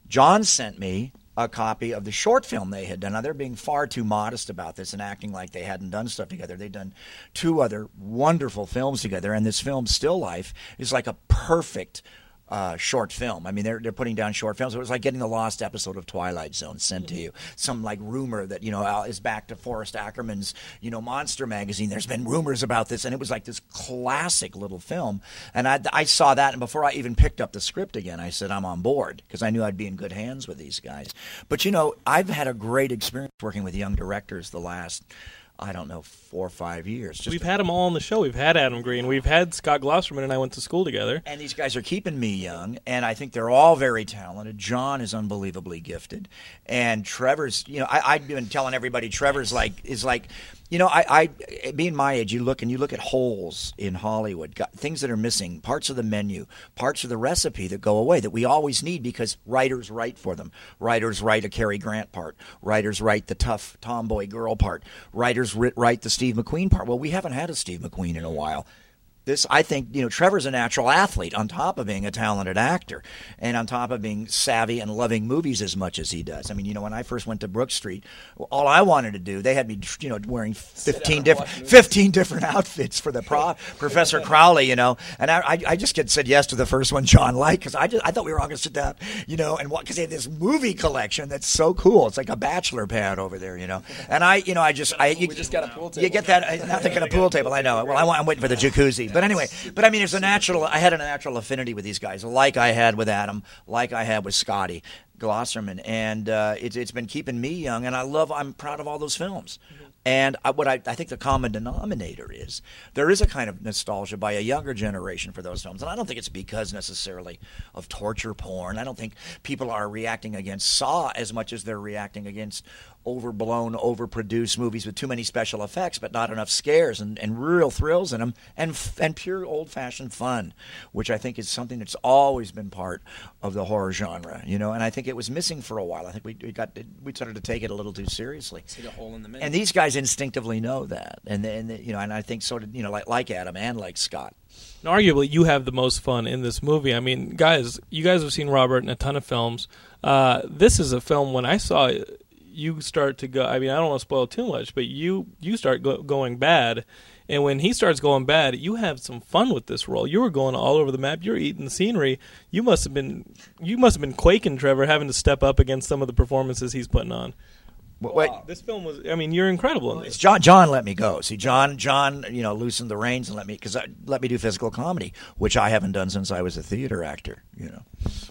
H: John sent me a copy of the short film they had done. Now they're being far too modest about this and acting like they hadn't done stuff together. They'd done two other wonderful films together, and this film, Still Life, is like a perfect uh, short film. I mean, they're they're putting down short films. It was like getting the lost episode of Twilight Zone sent to you. Some like rumor that you know Al is back to Forrest Ackerman's you know Monster magazine. There's been rumors about this, and it was like this classic little film. And I I saw that, and before I even picked up the script again, I said I'm on board because I knew I'd be in good hands with these guys. But you know, I've had a great experience working with young directors the last. I don't know, four or five years. Just
B: we've had them all on the show. We've had Adam Green. We've had Scott Glosserman, and I went to school together.
H: And these guys are keeping me young, and I think they're all very talented. John is unbelievably gifted, and Trevor's. You know, I, I've been telling everybody Trevor's like is like, you know, I, I being my age, you look and you look at holes in Hollywood, got, things that are missing, parts of the menu, parts of the recipe that go away that we always need because writers write for them. Writers write a Cary Grant part. Writers write the tough tomboy girl part. Writers writ, write the Steve McQueen part. Well, we haven't had a Steve McQueen in a while this I think you know Trevor's a natural athlete on top of being a talented actor and on top of being savvy and loving movies as much as he does. I mean, you know, when I first went to Brook Street, all I wanted to do, they had me you know wearing 15 different 15 different outfits for the pro, Professor Crowley, you know. And I, I I just said yes to the first one John liked cuz I just I thought we were all going to sit down, you know, and cuz they had this movie collection that's so cool. It's like a bachelor pad over there, you know. And I, you know, I just I you,
G: We just got a pool
H: You
G: table.
H: get that I- not thinking a pool table. I know. Well, I want, I'm waiting for the jacuzzi. But anyway, but I mean, there's a natural. I had a natural affinity with these guys, like I had with Adam, like I had with Scotty Glosserman, and uh, it's it's been keeping me young. And I love. I'm proud of all those films. And I, what I, I think the common denominator is there is a kind of nostalgia by a younger generation for those films. And I don't think it's because necessarily of torture porn. I don't think people are reacting against Saw as much as they're reacting against overblown, overproduced movies with too many special effects, but not enough scares and, and real thrills in them and, f- and pure old fashioned fun, which I think is something that's always been part of the horror genre, you know. And I think it was missing for a while. I think we, we got we started to take it a little too seriously.
G: See the hole in the middle.
H: And these guys instinctively know that, and and you know, and I think sort of you know like like Adam and like Scott.
B: And arguably, you have the most fun in this movie. I mean, guys, you guys have seen Robert in a ton of films. Uh, this is a film when I saw it, you start to go. I mean, I don't want to spoil too much, but you you start go, going bad, and when he starts going bad, you have some fun with this role. You were going all over the map. You're eating scenery. You must have been you must have been quaking, Trevor, having to step up against some of the performances he's putting on.
H: But wait,
B: This film was. I mean, you're incredible in this.
H: It's John. John let me go. See, John. John, you know, loosened the reins and let me because let me do physical comedy, which I haven't done since I was a theater actor. You know,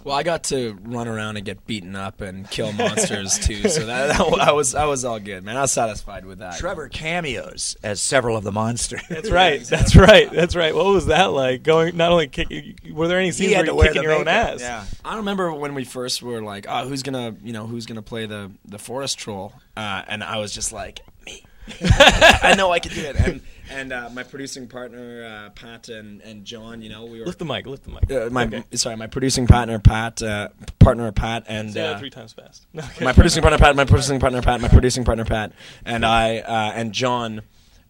G: Well, I got to run around and get beaten up and kill monsters too, so that, that I was I was all good, man. I was satisfied with that.
H: Trevor cameos as several of the monsters.
B: That's right. That's right. That's right. What was that like? Going not only kicking. Were there any scenes
H: had
B: where
H: to
B: you're
H: wear
B: kicking
H: the
B: your own
H: makeup.
B: ass?
G: Yeah, I remember when we first were like, "Oh, who's gonna, you know, who's gonna play the the forest troll?" Uh, and I was just like, "Me, I know I can do it." And and uh, my producing partner uh, Pat and, and John, you know, we were
B: Lift the mic. Lift the mic.
G: uh, my
B: Okay.
G: sorry, my producing partner Pat, uh, partner Pat, and
B: Say that
G: uh,
B: three times fast. No, okay.
G: my producing partner Pat, my producing partner Pat, my producing partner Pat, and I uh, and John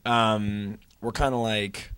G: um, were kind of like,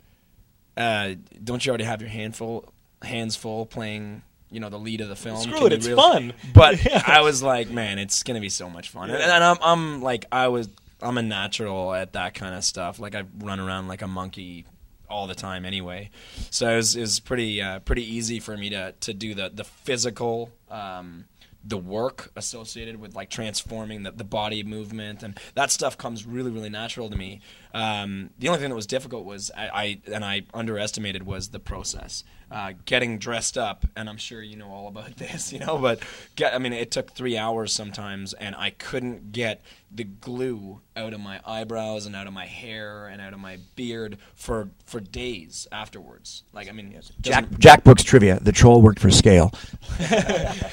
G: uh, don't you already have your handful hands full playing? You know the lead of the film.
B: Screw
G: Can
B: it,
G: you
B: it's
G: really-"
B: fun.
G: But
B: Yeah.
G: I was like, man, it's gonna be so much fun. And, and I'm, I'm like, I was, I'm a natural at that kind of stuff. Like I run around like a monkey all the time anyway. So it was, it was pretty, uh, pretty easy for me to to do the the physical. Um, the work associated with like transforming the, the body movement and that stuff comes really really natural to me um, the only thing that was difficult was I, I and i underestimated was the process uh, getting dressed up and i'm sure you know all about this you know but get, i mean it took three hours sometimes and i couldn't get the glue out of my eyebrows and out of my hair and out of my beard for for days afterwards like i mean it
H: Jack,
G: doesn't-
H: Jack Brooks trivia: The troll worked for scale.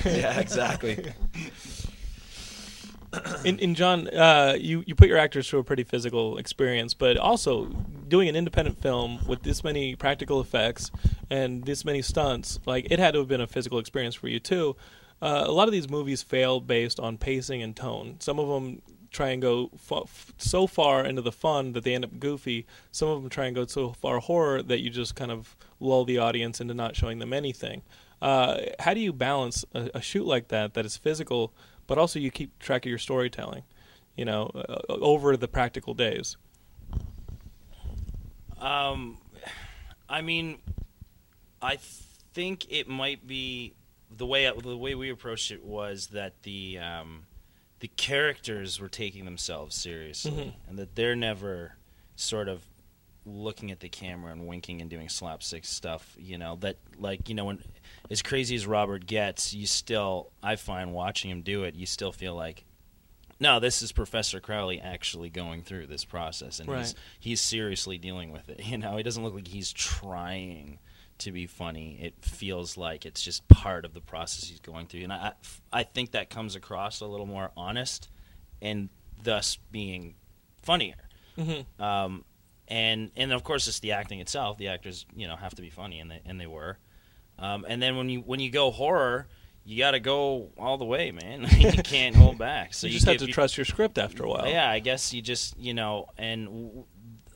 G: yeah exactly
B: And, and John, uh, you you put your actors through a pretty physical experience, but also doing an independent film with this many practical effects and this many stunts, like it had to have been a physical experience for you too. Uh, a lot of these movies fail based on pacing and tone. Some of them try and go fa- f- so far into the fun that they end up goofy. Some of them try and go so far horror that you just kind of lull the audience into not showing them anything. Uh, how do you balance a, a shoot like that that is physical, but also you keep track of your storytelling, you know, uh, over the practical days?
F: Um, I mean, I think it might be the way the way we approached it was that the um, the characters were taking themselves seriously, and that they're never sort of looking at the camera and winking and doing slapstick stuff. You know that, like you know, when as crazy as Robert gets, you still I find watching him do it, you still feel like. No, this is Professor Crowley actually going through this process, and he's
B: Right.
F: he's seriously dealing with it. You know, it doesn't look like he's trying to be funny. It feels like it's just part of the process he's going through, and I I think that comes across a little more honest, and thus being funnier. Um, and and of course it's the acting itself. The actors you know have to be funny, and they and they were. Um, and then when you when you go horror, you got to go all the way, man. you can't hold back. So
B: you
F: you,
B: just have
F: give-
B: to trust your script after a while.
F: yeah, I guess you just you know, and w-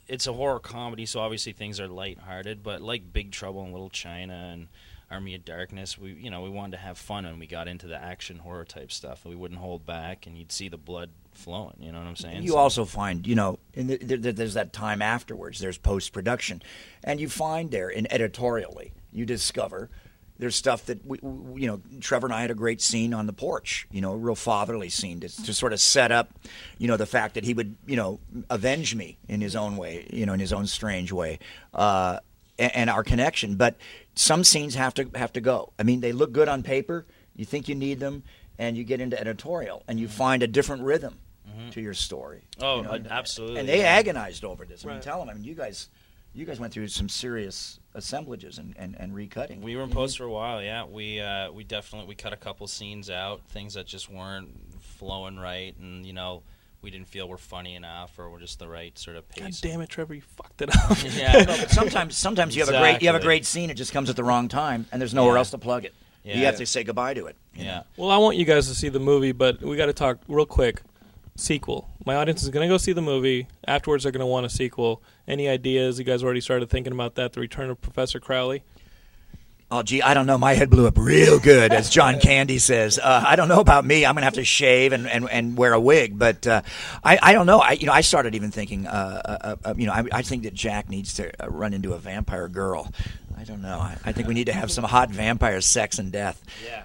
F: it's a horror comedy, so obviously things are lighthearted. But like Big Trouble in Little China and Army of Darkness, we you know we wanted to have fun when we got into the action horror type stuff. We wouldn't hold back, and you'd see the blood flowing. You know what I'm saying?
H: You
F: So-
H: also find, you know, in the, there, there- there's that time afterwards. There's post production, and you find there, in editorially, you discover there's stuff that we, we, you know. Trevor and I had a great scene on the porch, you know, a real fatherly scene to, to sort of set up, you know, the fact that he would, you know, avenge me in his own way, you know, in his own strange way. Uh, and, and our connection. But some scenes have to have to go. I mean, they look good on paper. You think you need them, and you get into editorial, and you find a different rhythm to your story.
F: Oh,
H: you know?
F: uh, absolutely.
H: And they
F: yeah.
H: agonized over this. I mean,
B: Right.
H: tell them. I mean, you guys, you guys went through some serious assemblages and, and, and recutting.
F: We
B: Mm-hmm.
F: were in post for a while. Yeah, we uh, we definitely we cut a couple scenes out, things that just weren't flowing right, and you know we didn't feel were funny enough or were just the right sort of
B: God
F: pace.
B: damn it, Trevor, you fucked it up.
F: Yeah.
H: No, but sometimes, sometimes you have a great you have a
F: Exactly.
H: great scene. It just comes at the wrong time, and there's nowhere
F: Yeah.
H: else to plug it. You
F: Yeah.
H: have to say goodbye to it. you
F: Yeah.
H: know?
B: Well, I want you guys to see the movie, but we got to talk real quick. Sequel. My audience is going to go see the movie. Afterwards, they're going to want a sequel. Any ideas? You guys already started thinking about that. The Return of Professor Crowley.
H: Oh, gee, I don't know. My head blew up real good, as John Candy says. Uh, I don't know about me. I'm going to have to shave and, and, and wear a wig. But uh, I, I don't know. I, you know, I started even thinking, uh, uh, uh, you know, I, I think that Jack needs to uh, run into a vampire girl. I don't know. I, I think we need to have some hot vampire sex and death.
F: Yeah.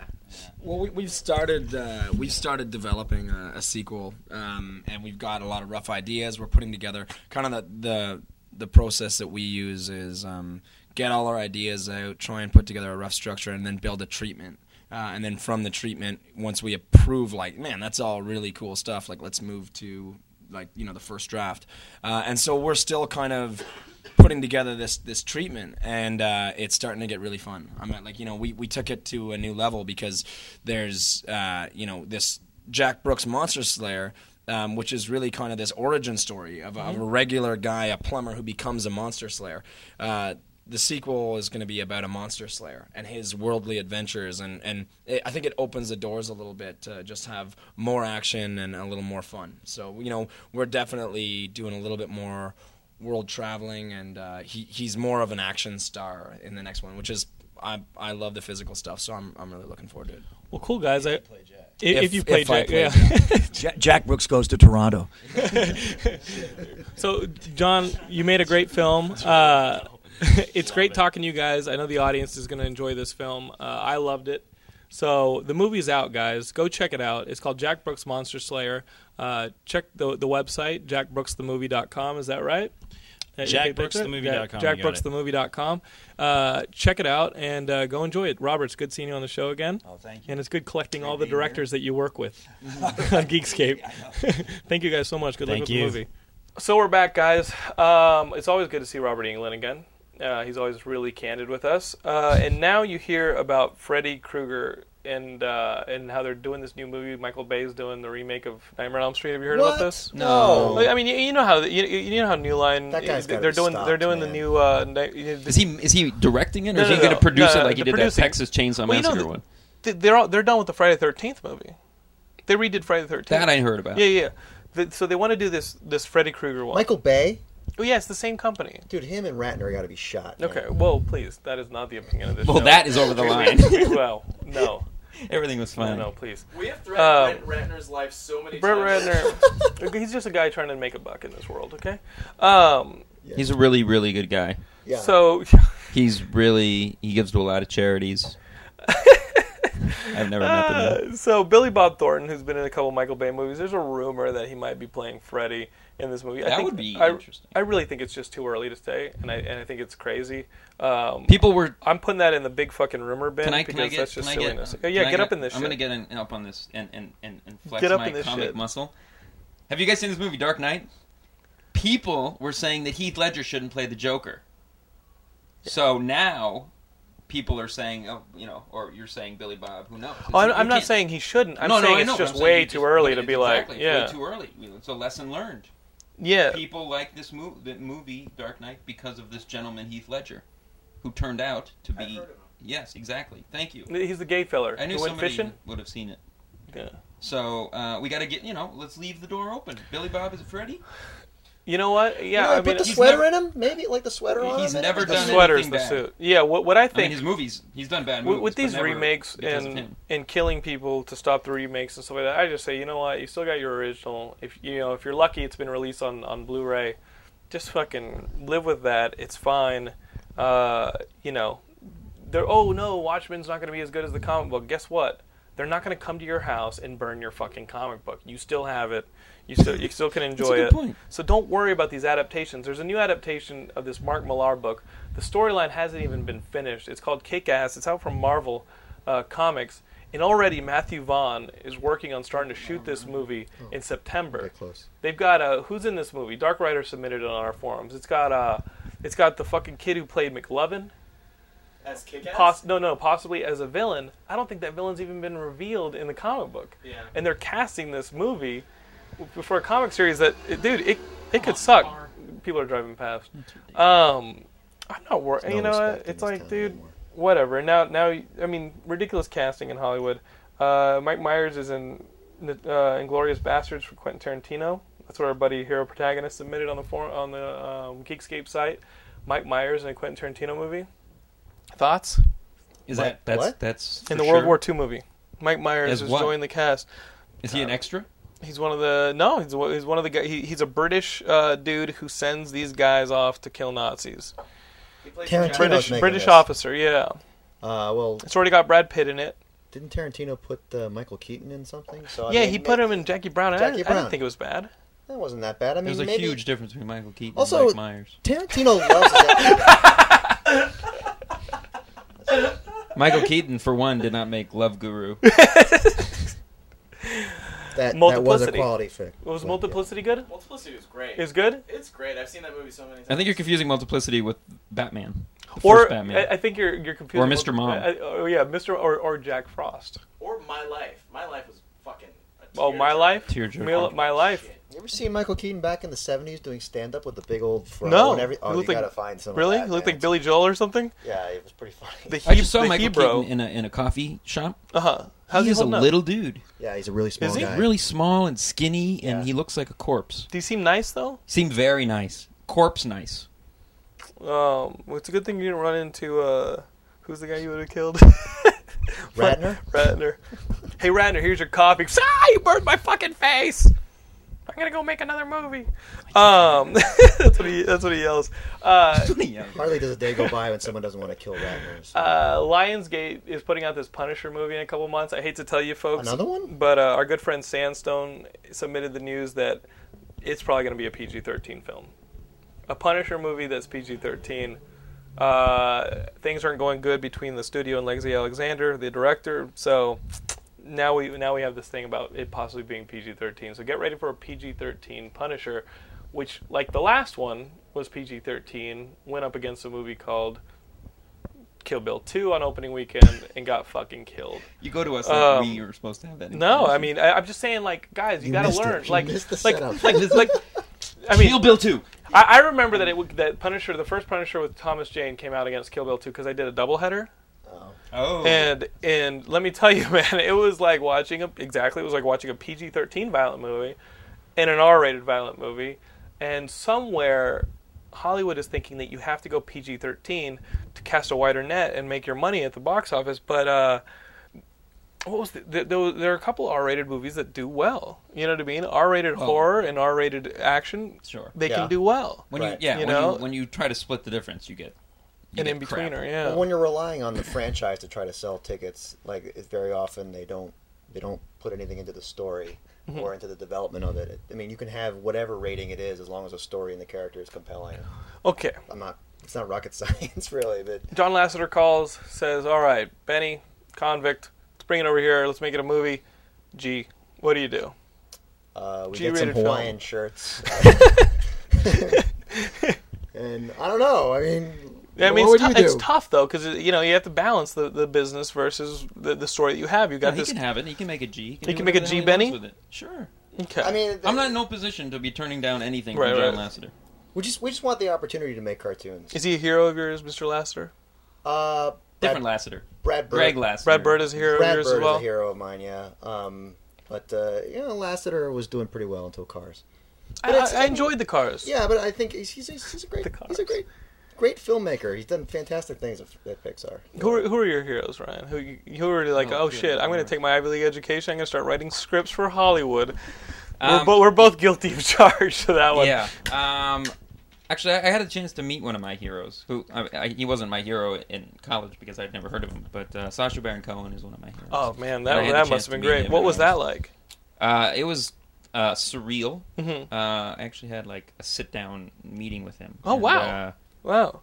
G: Well, we, we've started uh, we've started developing a, a sequel, um, and we've got a lot of rough ideas. We're putting together kind of the the, the process that we use is um, get all our ideas out, try and put together a rough structure, and then build a treatment. Uh, and then from the treatment, once we approve, like man, that's all really cool stuff. Like let's move to like you know the first draft. Uh, and so we're still kind of putting together this this treatment and uh, it's starting to get really fun i'm at, like you know we, we took it to a new level because there's uh, you know this jack brooks monster slayer um, which is really kind of this origin story of, a- of a regular guy a plumber who becomes a monster slayer uh, the sequel is going to be about a monster slayer and his worldly adventures and, and it, i think it opens the doors a little bit to just have more action and a little more fun so you know we're definitely doing a little bit more world traveling, and uh, he he's more of an action star in the next one, which is I I love the physical stuff, so I'm I'm really looking forward to it.
B: Well, cool guys. I, i- if,
G: If-
B: you play
G: if I
B: Jack,
G: play
B: yeah.
H: Ja- Jack Brooks goes to Toronto.
B: So, John, you made a great film. Uh, it's great talking to you guys. I know the audience is going to enjoy this film. Uh, I loved it. So the movie's out, guys. Go check it out. It's called Jack Brooks Monster Slayer. Uh, check the the website jackbrooksthemovie.com. Is that right? Uh, you think that's it?
F: jackbrooksthemovie.com,
B: Yeah,
F: you got it.
B: Jackbrooksthemovie.com. Uh, check it out and uh, go enjoy it. Robert, it's good seeing you on the show again.
H: Oh, thank you.
B: And it's good collecting all the
H: being here.
B: directors that you work with on Geekscape. Thank you guys so much. Good luck
F: Thank
B: with the
F: you.
B: movie. So we're back, guys. Um, it's always good to see Robert Englund again. Uh, he's always really candid with us. Uh, and now you hear about Freddy Krueger and uh, and how they're doing this new movie. Michael Bay's doing the remake of Nightmare on Elm Street. Have you heard about this?
E: No.
B: Like, I mean, you, you know how you, you know how New Line
E: That guy's gotta
B: they're
E: be
B: doing
E: stopped,
B: they're doing the
E: man.
B: new. Uh, night- you know,
D: Is he is he directing it, or
B: No,
D: is he
B: no,
D: going
B: no.
D: to produce
B: No,
D: it
B: no,
D: like he
B: the
D: did
B: producing.
D: that Texas Chainsaw
B: Well, you know
D: Massacre
B: the-
D: one?
B: th- they're all, they're done with the Friday Thirteenth movie. They redid Friday the Thirteenth.
D: That I heard about.
B: Yeah, yeah. The, so they want to do this this Freddy Krueger one.
E: Michael Bay,
B: oh yeah, it's the same company.
E: dude, him and Ratner got to be shot. man.
B: Okay. Well, please, that is not the opinion of this.
D: Well,
B: show.
D: that is over the line.
B: well, no,
D: Everything was
B: no,
D: fine.
B: no, please.
A: We have
B: Um,
A: threatened Brent Ratner's life so many
B: Brett
A: times.
B: Ratner, okay, he's just a guy trying to make a buck in this world. Okay. Um.
D: He's a really really good guy.
E: Yeah.
B: So
D: He's really he gives to a lot of charities. I've never met the man.
B: Uh, so Billy Bob Thornton, who's been in a couple Michael Bay movies, there's a rumor that he might be playing Freddy in this movie. I
D: That
B: think,
D: would be
B: I,
D: interesting.
B: I really think it's just too early to say, and I and I think it's crazy. Um,
D: People were.
B: I'm putting that in the big fucking rumor bin
D: Can I?
B: because
D: Can I get?
B: that's
D: Can
B: just
D: I get?
B: silliness.
D: uh,
B: yeah,
D: can I
B: get up in this.
D: I'm
B: shit.
D: gonna get in, up on this and and and and flex
B: Get up
D: my
B: in this
D: comic
B: shit.
D: muscle. Have you guys seen this movie, Dark Knight? People were saying that Heath Ledger shouldn't play the Joker. So now, people are saying, oh, you know, or you're saying Billy Bob. Who knows?
B: Oh, I'm,
D: It's-
B: I'm
D: you
B: not
D: can't-
B: saying he shouldn't. I'm
D: no,
B: saying
D: no, I
B: it's
D: know, but
B: just
D: I'm saying
B: way
D: you
B: too early to be
D: exactly,
B: like,
D: it's way
B: yeah,
D: too early. You know, It's a lesson learned.
B: yeah.
D: People like this movie, the movie Dark Knight, because of this gentleman Heath Ledger, who turned out to be. Yes, exactly. Thank you.
B: He's the gay feller
D: I knew
B: who went
D: somebody
B: fishing.
D: would have seen it.
B: Yeah.
D: So uh, we got to get you know. Let's leave the door open. Billy Bob is a Freddy.
B: You know what?
E: You
B: Yeah,
E: know,
B: I
E: he
B: mean,
E: put the
D: he's
E: sweater
D: never-
E: in him. Maybe like the sweater on.
D: He's
E: him?
D: never
B: the
D: done
B: sweater's
D: anything
B: the
D: bad.
B: suit. Yeah. What what I
D: I mean,
B: think
D: his movies. He's done bad
B: with,
D: movies.
B: with
D: but
B: these
D: never
B: remakes
D: because of
B: and
D: him.
B: and killing people to stop the remakes and stuff like that, I just say you know what, you still got your original. If you know if you're lucky, it's been released on on Blu-ray. Just fucking live with that. It's fine. Uh, you know, they're oh no, Watchmen's not going to be as good as the comic book. Guess what? They're not going to come to your house and burn your fucking comic book. You still have it. You still you still can enjoy
D: good
B: it.
D: point.
B: So don't worry about these adaptations. There's a new adaptation of this Mark Millar book. The storyline hasn't even been finished. It's called Kick Ass. It's out from Marvel uh, Comics. And already Matthew Vaughn is working on starting to shoot this movie
D: Oh.
B: in September.
E: Get close.
B: They've got uh who's in this movie? Dark Rider submitted it on our forums. It's got uh it's got the fucking kid who played McLovin.
A: As kick-ass.
B: Poss- no, no, possibly as a villain. I don't think that villain's even been revealed in the comic book.
A: Yeah.
B: And they're casting this movie w- for a comic series that, it- dude, it it could suck. People are driving past. Um, I'm not worried.
E: There's no
B: you know,
E: respect
B: what?
E: in this
B: it's like,
E: town
B: dude,
E: anymore.
B: whatever. Now, now, I mean, ridiculous casting in Hollywood. Uh, Mike Myers is in uh, Inglorious Bastards for Quentin Tarantino. That's what our buddy hero protagonist submitted on the forum, on the um, Geekscape site. Mike Myers in a Quentin Tarantino movie. Thoughts?
D: Is
E: What?
D: that that's
E: What?
D: that's
B: in
D: for
B: the World
D: sure?
B: War II movie. Mike Myers
D: As
B: has
D: what?
B: joined the cast.
D: Is he an extra?
B: He's one of the no. He's one- he's one of the guy. He, he's a British uh, dude who sends these guys off to kill Nazis.
A: He
E: Tarantino.
A: plays Jack-
B: British
E: making
B: British
E: this.
B: officer. Yeah,
E: Uh, well,
B: it's already got Brad Pitt in it.
E: didn't Tarantino put uh, Michael Keaton in something? So I
B: yeah,
E: mean,
B: he
E: ma-
B: put him in Jackie Brown. and I,
E: Jackie
B: didn't- I
E: Brown.
B: didn't think it was bad.
E: That wasn't that bad. I mean,
D: There's a
E: maybe-
D: huge difference between Michael Keaton
E: Also-
D: and Mike Myers.
E: Tarantino loves that.
D: Michael Keaton, for one, did not make Love Guru.
E: that, that was a
B: Multiplicity.
E: quality fic.
B: Was
E: But,
B: Multiplicity good?
A: Multiplicity was great.
B: Is good?
A: It's great. I've seen that movie so many times.
D: I think you're confusing Multiplicity with Batman, the
B: Or
D: first Batman.
B: I, I think you're you're confused.
D: Or Mr. Mom.
B: oh yeah, Mr. Or, or Jack Frost.
A: Or My Life. My Life was fucking. A
B: Oh, my life.
D: Tearjerker.
B: My, my life.
A: Shit.
E: yeah. You ever seen Michael Keaton back in the '70s doing stand-up with the big old fro
B: No.
E: and every?
B: He
E: Oh, you
B: looked like-
E: gotta find some. of
B: Really?
E: that,
B: He looked
E: man.
B: like Billy Joel or something.
E: Yeah, it was pretty funny.
B: The
D: I
B: he-
D: just saw
B: the
D: Michael
B: Hebrew.
D: Keaton in a in a coffee shop.
B: uh huh. How's
D: he
B: he
D: is a
B: holding up?
D: little dude.
E: Yeah, he's a really small
B: Is he?
E: guy.
D: Really small and skinny, and
E: Yeah.
D: he looks like a corpse.
B: Do you seem nice though?
D: Seemed very nice. Corpse nice.
B: Um, well, it's a good thing you didn't run into uh, who's the guy you would have killed?
E: Ratner?
B: Ratner. Hey Ratner, here's your coffee. Ah, you burned my fucking face. I'm gonna go make another movie. Um, that's what he. That's what he yells. Uh,
D: Yeah.
E: Hardly does a day go by when someone doesn't want to kill Ratner. So.
B: uh, Lionsgate is putting out this Punisher movie in a couple months. I hate to tell you, folks.
E: Another one?
B: But uh, our good friend Sandstone submitted the news that it's probably going to be a PG 13 film. A Punisher movie that's PG 13. Uh, things aren't going good between the studio and Lexi Alexander, the director. So now we now we have this thing about it possibly being PG 13. So get ready for a PG 13 Punisher, which, like the last one, was PG 13, went up against a movie called Kill Bill 2 on opening weekend and got fucking killed.
D: You go to us
B: Um,
D: like we were supposed to have that.
B: No, I
D: information.
B: mean, I, I'm just saying, like, guys, you,
E: You
B: gotta
E: missed it.
B: learn.
E: You
B: Like,
E: missed the
B: like,
E: setup.
B: like, this- like, I mean,
D: Kill Bill Two.
B: I, I remember that it w- that Punisher, the first Punisher with Thomas Jane, came out against Kill Bill 2 because I did a doubleheader,
D: Oh,
B: and and let me tell you, man, it was like watching a exactly it was like watching a PG-13 violent movie and an R-rated violent movie, and somewhere Hollywood is thinking that you have to go PG-13 to cast a wider net and make your money at the box office, but uh, what was the, the, there, there are a couple R-rated movies that do well. You know what I mean? R-rated horror and R-rated action,
D: Sure.
B: they
E: Yeah.
B: can do well.
D: when you
E: Right.
D: yeah
B: You
D: when,
B: know?
D: you, when you try to split the difference, you get you
B: An
D: get
B: in betweener,
D: crap.
B: yeah.
E: Well, when you're relying on the franchise to try to sell tickets, like it- very often they don't they don't put anything into the story
B: Mm-hmm.
E: or into the development of it. I mean, you can have whatever rating it is as long as the story and the character is compelling.
B: Okay.
E: I'm not. It's not rocket science, really, but
B: John Lasseter calls, says, "All right, Benny, convict, let's bring it over here. Let's make it a movie." Gee, what do you do?
E: uh, we get some
B: G-rated
E: Hawaiian
B: film.
E: shirts. and I don't know. I mean,
B: I mean,
E: what
B: it's,
E: would
B: tou-
E: you
B: it's
E: do?
B: tough though because you know you have to balance the, the business versus the, the story that you have. You
D: No,
B: got
D: he
B: this.
D: can have it. He can make a G. He
B: He
D: do
B: can make a
D: whatever the
B: G,
D: hell he
B: Benny?
D: wants With it. Sure.
B: okay.
E: I mean,
D: I'm not in no position to be turning down anything
B: Right,
D: from John
B: right.
D: Lasseter.
E: We just we just want the opportunity to make cartoons.
B: is he a hero of yours, Mr. Lasseter?
E: Uh,
D: Different Lasseter.
E: Brad, Brad Bird.
D: Greg Lasseter.
B: Brad Bird is a hero
E: Brad
B: of yours
E: Bird
B: as well.
E: is a hero of mine, yeah. Um, but uh, you know, Lasseter was doing pretty well until Cars.
B: I, I- I enjoyed the cars.
E: Yeah, but I think he's he's, he's a great
B: The
E: he's a
B: Cars.
E: great great filmmaker. He's done fantastic things at, at Pixar.
B: Who are, who are your heroes, Ryan? Who you- who are like,
D: Oh,
B: oh,
D: good
B: shit, I'm going
D: lord.
B: to take my Ivy League education. I'm going to start writing scripts for Hollywood.
D: Um,
B: we're, bo- we're both guilty of charge to that one.
D: Yeah. Um, actually, I I had a chance to meet one of my heroes. Who I, I, he wasn't my hero in college because I'd never heard of him. But uh, Sasha Baron Cohen is one of my heroes.
B: Oh man,
D: And I
B: that
D: had the
B: that
D: chance
B: must
D: to
B: have been
D: meet
B: great.
D: him,
B: What
D: and
B: was
D: I
B: that like?
D: Uh, it was uh, surreal.
B: Mhm.
D: Uh, I actually had like a sit down meeting with him.
B: Oh,
D: And,
B: wow.
D: uh,
B: Wow.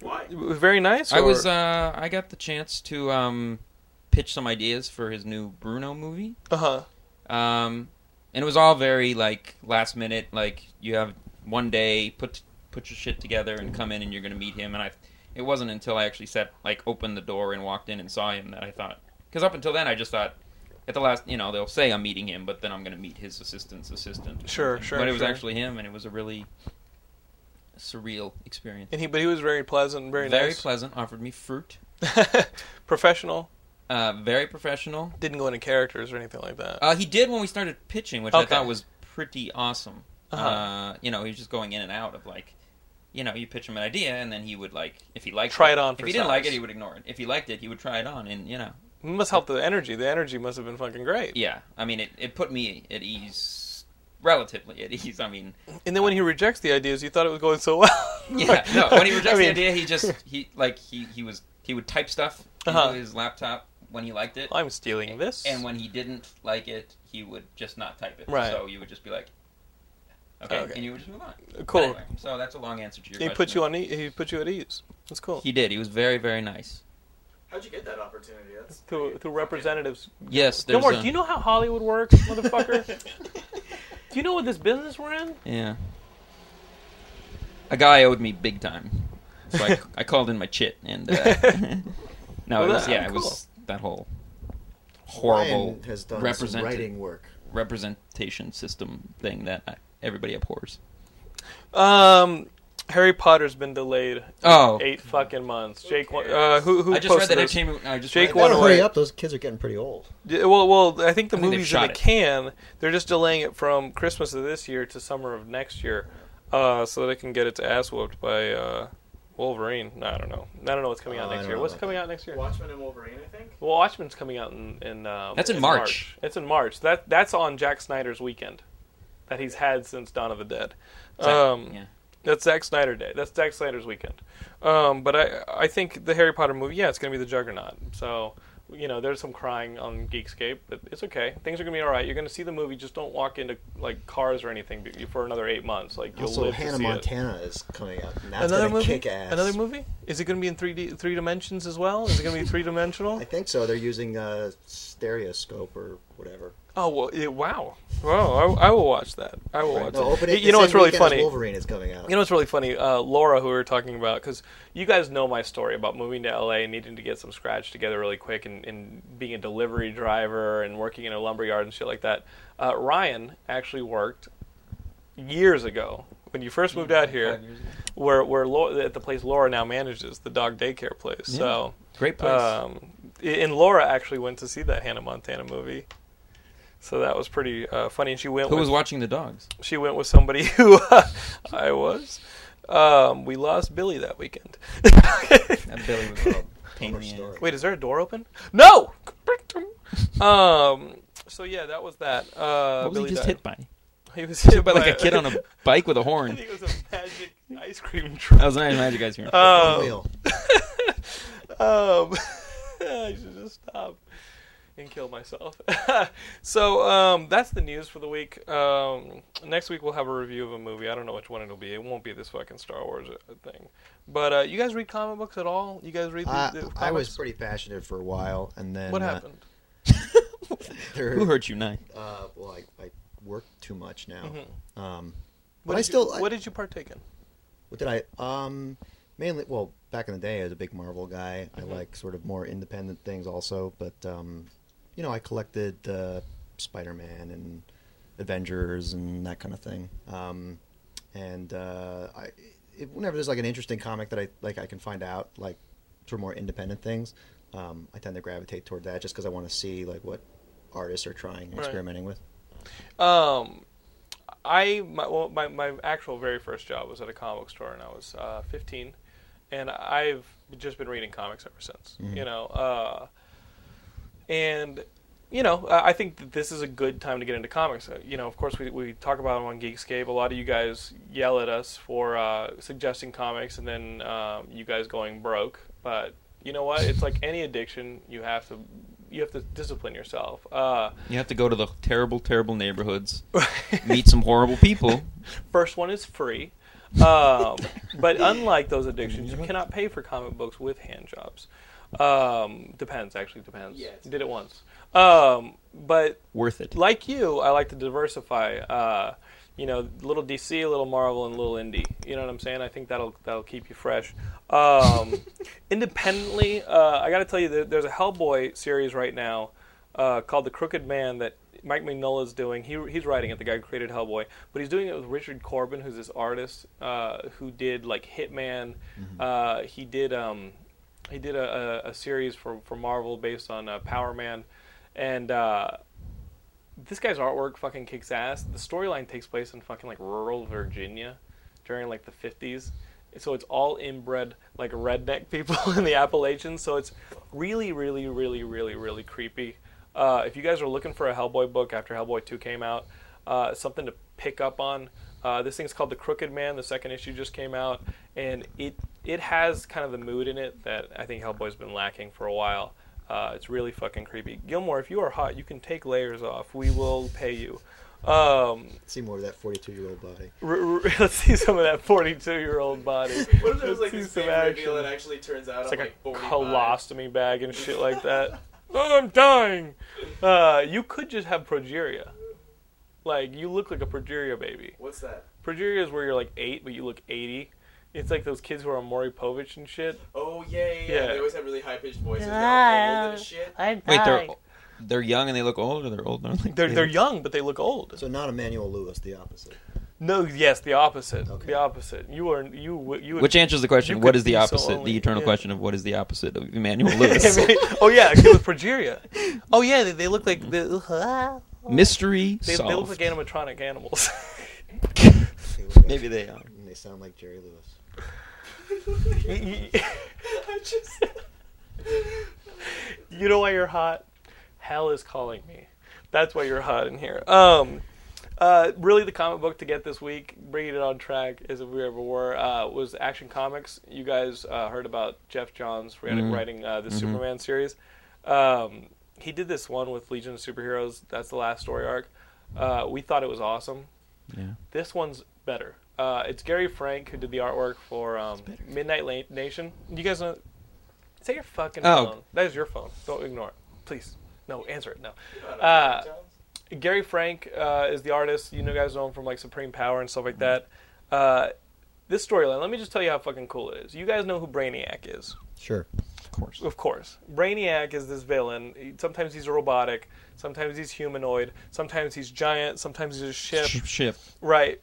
A: Why?
B: It was very nice.
D: I
B: or-
D: was. Uh, I got the chance to um, pitched some ideas for his new Bruno movie.
B: Uh huh.
D: Um, and it was all very like last minute. Like you have one day, put put your shit together, and come in, and you're gonna meet him. And I, it wasn't until I actually sat like opened the door and walked in and saw him that I thought. Because up until then, I just thought. At the last, you know, they'll say I'm meeting him, but then I'm going to meet his assistant's assistant. or
B: Sure,
D: something.
B: sure,
D: But it was
B: sure.
D: actually him, and it was a really surreal experience.
B: And he, but he was very pleasant, and very, nice,
D: pleasant. Offered me fruit.
B: professional.
D: Uh, very professional.
B: Didn't go into characters or anything like that.
D: Uh, he did when we started pitching, which I
B: Okay.
D: thought was pretty awesome.
B: Uh-huh.
D: Uh, you know, he was just going in and out of like, you know, you pitch him an idea, and then he would like, if he liked,
B: Try it on
D: If
B: for
D: he didn't like it,
B: size.
D: he would ignore it. If he liked it, he would try it on, and you know,
B: It must help the energy. The energy must have been fucking great.
D: yeah. I mean, it it put me at ease, relatively at ease. I mean,
B: And then when he rejects the ideas, you thought it was going so well.
D: Yeah, no. When he rejects
B: I mean,
D: the idea, he just he like he he was he would type stuff
B: Uh-huh.
D: into his laptop when he liked it.
B: I'm stealing this.
D: And when he didn't like it, he would just not type it.
B: Right.
D: So you would just be like, okay,
B: Okay.
D: and you would just move on. But
B: Cool.
D: anyway, so that's a long answer to your
B: he
D: question.
B: put you on. E- he put you at ease. That's cool.
D: He did. He was very, very nice.
A: How'd you get that opportunity? That's
B: through through representatives.
D: Yes. There's
B: Gilmore,
D: a-
B: do you know how Hollywood works, motherfucker? do you know what this business we're in?
D: Yeah. A guy owed me big time, so I, I called in my chit, and uh, no,
B: Well,
D: it was
B: that-
D: yeah, it
B: cool.
D: was that whole horrible
E: Ryan has done some
D: represented-
E: writing work.
D: representation system thing that I, everybody abhors.
B: Um, Harry Potter's been delayed
D: Oh,
B: eight fucking months. Jake, wa- uh,
A: cares?
B: who who
D: I just read
B: posted
D: that it
B: this?
D: came. I just
B: Jake
D: read that.
B: One
E: Better hurry
B: away.
E: up! Those kids are getting pretty old.
B: Yeah, Well, well, I think the
D: I think they've
B: movie's
D: shot
B: in the
D: it.
B: can. They're just delaying it from Christmas of this year to summer of next year, uh, so that it can get its ass whooped by uh, Wolverine. No, I don't know. I don't know what's coming out
E: Uh, I
B: next
E: don't
B: year.
E: know
B: What's
E: about
B: coming out next year?
A: Watchmen and Wolverine, I think.
B: Well, Watchmen's coming out in, in um,
D: That's in
B: it's
D: March.
B: It's in March. That that's on Jack Snyder's weekend that he's had since Dawn of the Dead. Um,
D: yeah.
B: That's Zack Snyder Day. That's Zack Snyder's weekend. Um, but I I think the Harry Potter movie, yeah, it's going to be the juggernaut. So, you know, there's some crying on Geekscape, but it's okay. Things are going to be all right. You're going to see the movie. Just don't walk into like cars or anything be- for another eight months. Like you'll
E: Also,
B: live to
E: Hannah
B: see it.
E: Montana is coming out. And that's
B: Another
E: gonna
B: movie.
E: Kick ass.
B: Another movie. Is it going to be in three D three dimensions as well? Is it going to be three dimensional?
E: I think so. They're using a stereoscope or whatever.
B: Oh well, yeah, wow, wow! I, I will watch that. I will watch
E: No,
B: that.
E: open
B: You-
E: it.
B: you know what's really funny?
E: Wolverine is coming out.
B: You know what's really funny? Uh, Laura, who we were talking about, because you guys know my story about moving to LA and needing to get some scratch together really quick, and, and being a delivery driver and working in a lumber yard and shit like that. Uh, Ryan actually worked years ago when you first moved out here,
D: Five years ago.
B: where where Laura, at the place Laura now manages, the dog daycare place. So
D: Great place.
B: um, i- and Laura actually went to see that Hannah Montana movie. So that was pretty uh, funny. And she went.
D: Who
B: with,
D: was watching the dogs?
B: She went with somebody who uh, I was. Um, we lost Billy that weekend.
D: That Billy was all pain in the ass.
E: story.
B: Wait, is there a door open? No. Um. So yeah, that was that. Uh,
D: What was
B: Billy
D: he just
B: died.
D: hit by?
B: He was
D: Hit by like a kid on a bike with a
B: I
D: horn.
B: think it was a magic ice cream
D: That
B: truck.
D: was nice, magic guys here.
E: One
B: Um,
E: wheel.
B: Um, I should just stop and kill myself. so um, that's the news for the week. Um, next week we'll have a review of a movie. I don't know which one it'll be. It won't be this fucking Star Wars uh, thing. But uh, you guys read comic books at all? You guys read the,
E: I,
B: the comics?
E: I was pretty passionate for a while, and then
B: what
E: uh,
B: happened?
E: there-
D: Who hurt you, Nye?
E: Uh, well, I, I work too much now. Um,
B: Mm-hmm. What
E: but
B: did
E: I still.
B: You,
E: I-
B: what did you partake in?
E: What did I? Um, mainly, well, back in the day, I was a big Marvel guy. I like sort of more independent things also, but um, you know, I collected uh, Spider-Man and Avengers and that kind of thing. Um, and uh, I, it, whenever there's like an interesting comic that I like, I can find out like sort of more independent things. Um, I tend to gravitate toward that just because I want to see like what artists are trying and
B: Right.
E: experimenting with.
B: Um, I my, well, my my actual very first job was at a comic store, and I was uh, 15, and I've just been reading comics ever since. You know, uh, and you know, I I think that this is a good time to get into comics. Uh, You know, of course, we, we talk about them on Geekscape. A lot of you guys yell at us for uh, suggesting comics, and then um, you guys going broke. But you know what? It's like any addiction. You have to you have to discipline yourself. Uh,
D: You have to go to the terrible, terrible neighborhoods, meet some horrible people.
B: First one is free. Um, but unlike those addictions, you cannot pay for comic books with hand jobs. Um, depends, actually depends.
A: Yeah, it's-
B: Did it once. Um, but
D: Worth it.
B: like you, I like to diversify. Uh, you know, little DC, little Marvel, and little indie. You know what I'm saying? I think that'll that'll keep you fresh. Um, independently, uh, I got to tell you, there, there's a Hellboy series right now uh, called The Crooked Man that Mike Mignola is doing. He, he's writing it, the guy who created Hellboy, but he's doing it with Richard Corbin, who's this artist uh, who did like Hitman. Uh, he did um, he did a, a, a series for for Marvel based on uh, Power Man, and. Uh, this guy's artwork fucking kicks ass. The storyline takes place in fucking like rural Virginia during like the 50s. So it's all inbred like redneck people in the Appalachians. So it's really, really, really, really, really creepy. Uh, if you guys are looking for a Hellboy book after Hellboy 2 came out, uh, something to pick up on, uh, this thing's called The Crooked Man. The second issue just came out, and it it has kind of the mood in it that I think Hellboy's been lacking for a while. Uh, it's really fucking creepy. Gilmore, if you are hot, you can take layers off. We will pay you. Um,
E: See more of that 42 year old body.
B: r- r- let's see some of that 42 year old body.
A: What if there was
B: Let's
A: like
B: see
A: this
B: some
A: big reveal
B: action.
A: that actually turns out
B: It's
A: I'm
B: like
A: like
B: a
A: 45.
B: colostomy bag and shit like that. oh, I'm dying. Uh, you could just have progeria. Like you look like a progeria baby.
A: What's that?
B: Progeria is where you're like eight, but you look 80. It's like those kids who are on Maury Povich and shit.
A: Oh yeah, yeah, yeah.
B: Yeah.
A: They always have really high pitched voices. Now, older than shit.
D: Wait, they're they're young and they look old, or they're old and
B: They're they're young, but they look old.
E: So not Emmanuel Lewis, the opposite.
B: No, yes, the opposite.
E: Okay.
B: The opposite. You are you would- you. would-
D: Which answers the question:
B: You
D: What
B: could
D: is the
B: be so
D: opposite?
B: only-
D: the eternal
B: yeah.
D: question of what is the opposite of Emmanuel Lewis?
B: oh yeah, a kid with progeria. Oh yeah, they, they look like they, they,
D: Mystery
B: they look
D: solved.
B: like animatronic animals.
E: They look like-
D: Maybe they are.
E: and they sound like Jerry Lewis.
B: you
A: I just.
B: you know why you're hot? Hell is calling me. That's why you're hot in here. Um, uh, really, the comic book to get this week, bringing it on track as if we ever were, uh, was Action Comics. You guys uh, heard about Jeff Johns
D: Mm-hmm.
B: writing, writing uh, the Superman series. Um, he did this one with Legion of Superheroes. That's the last story arc. Uh, we thought it was awesome.
D: Yeah.
B: This one's better. Uh, it's Gary Frank who did the artwork for um, Midnight La- Nation. You guys know? Say your fucking
D: Oh.
B: phone. That is your phone. Don't ignore it, please. No, answer it. No.
A: Uh,
B: Gary Frank uh, is the artist. You know, guys know him from like Supreme Power and stuff like
D: Mm-hmm.
B: that. Uh, this storyline. Let me just tell you how fucking cool it is. You guys know who Brainiac is.
E: Sure.
D: Of course.
B: Of course. Brainiac is this villain. He- Sometimes he's robotic, sometimes he's humanoid, sometimes he's giant, sometimes he's a ship.
D: Sh- Ship.
B: Right.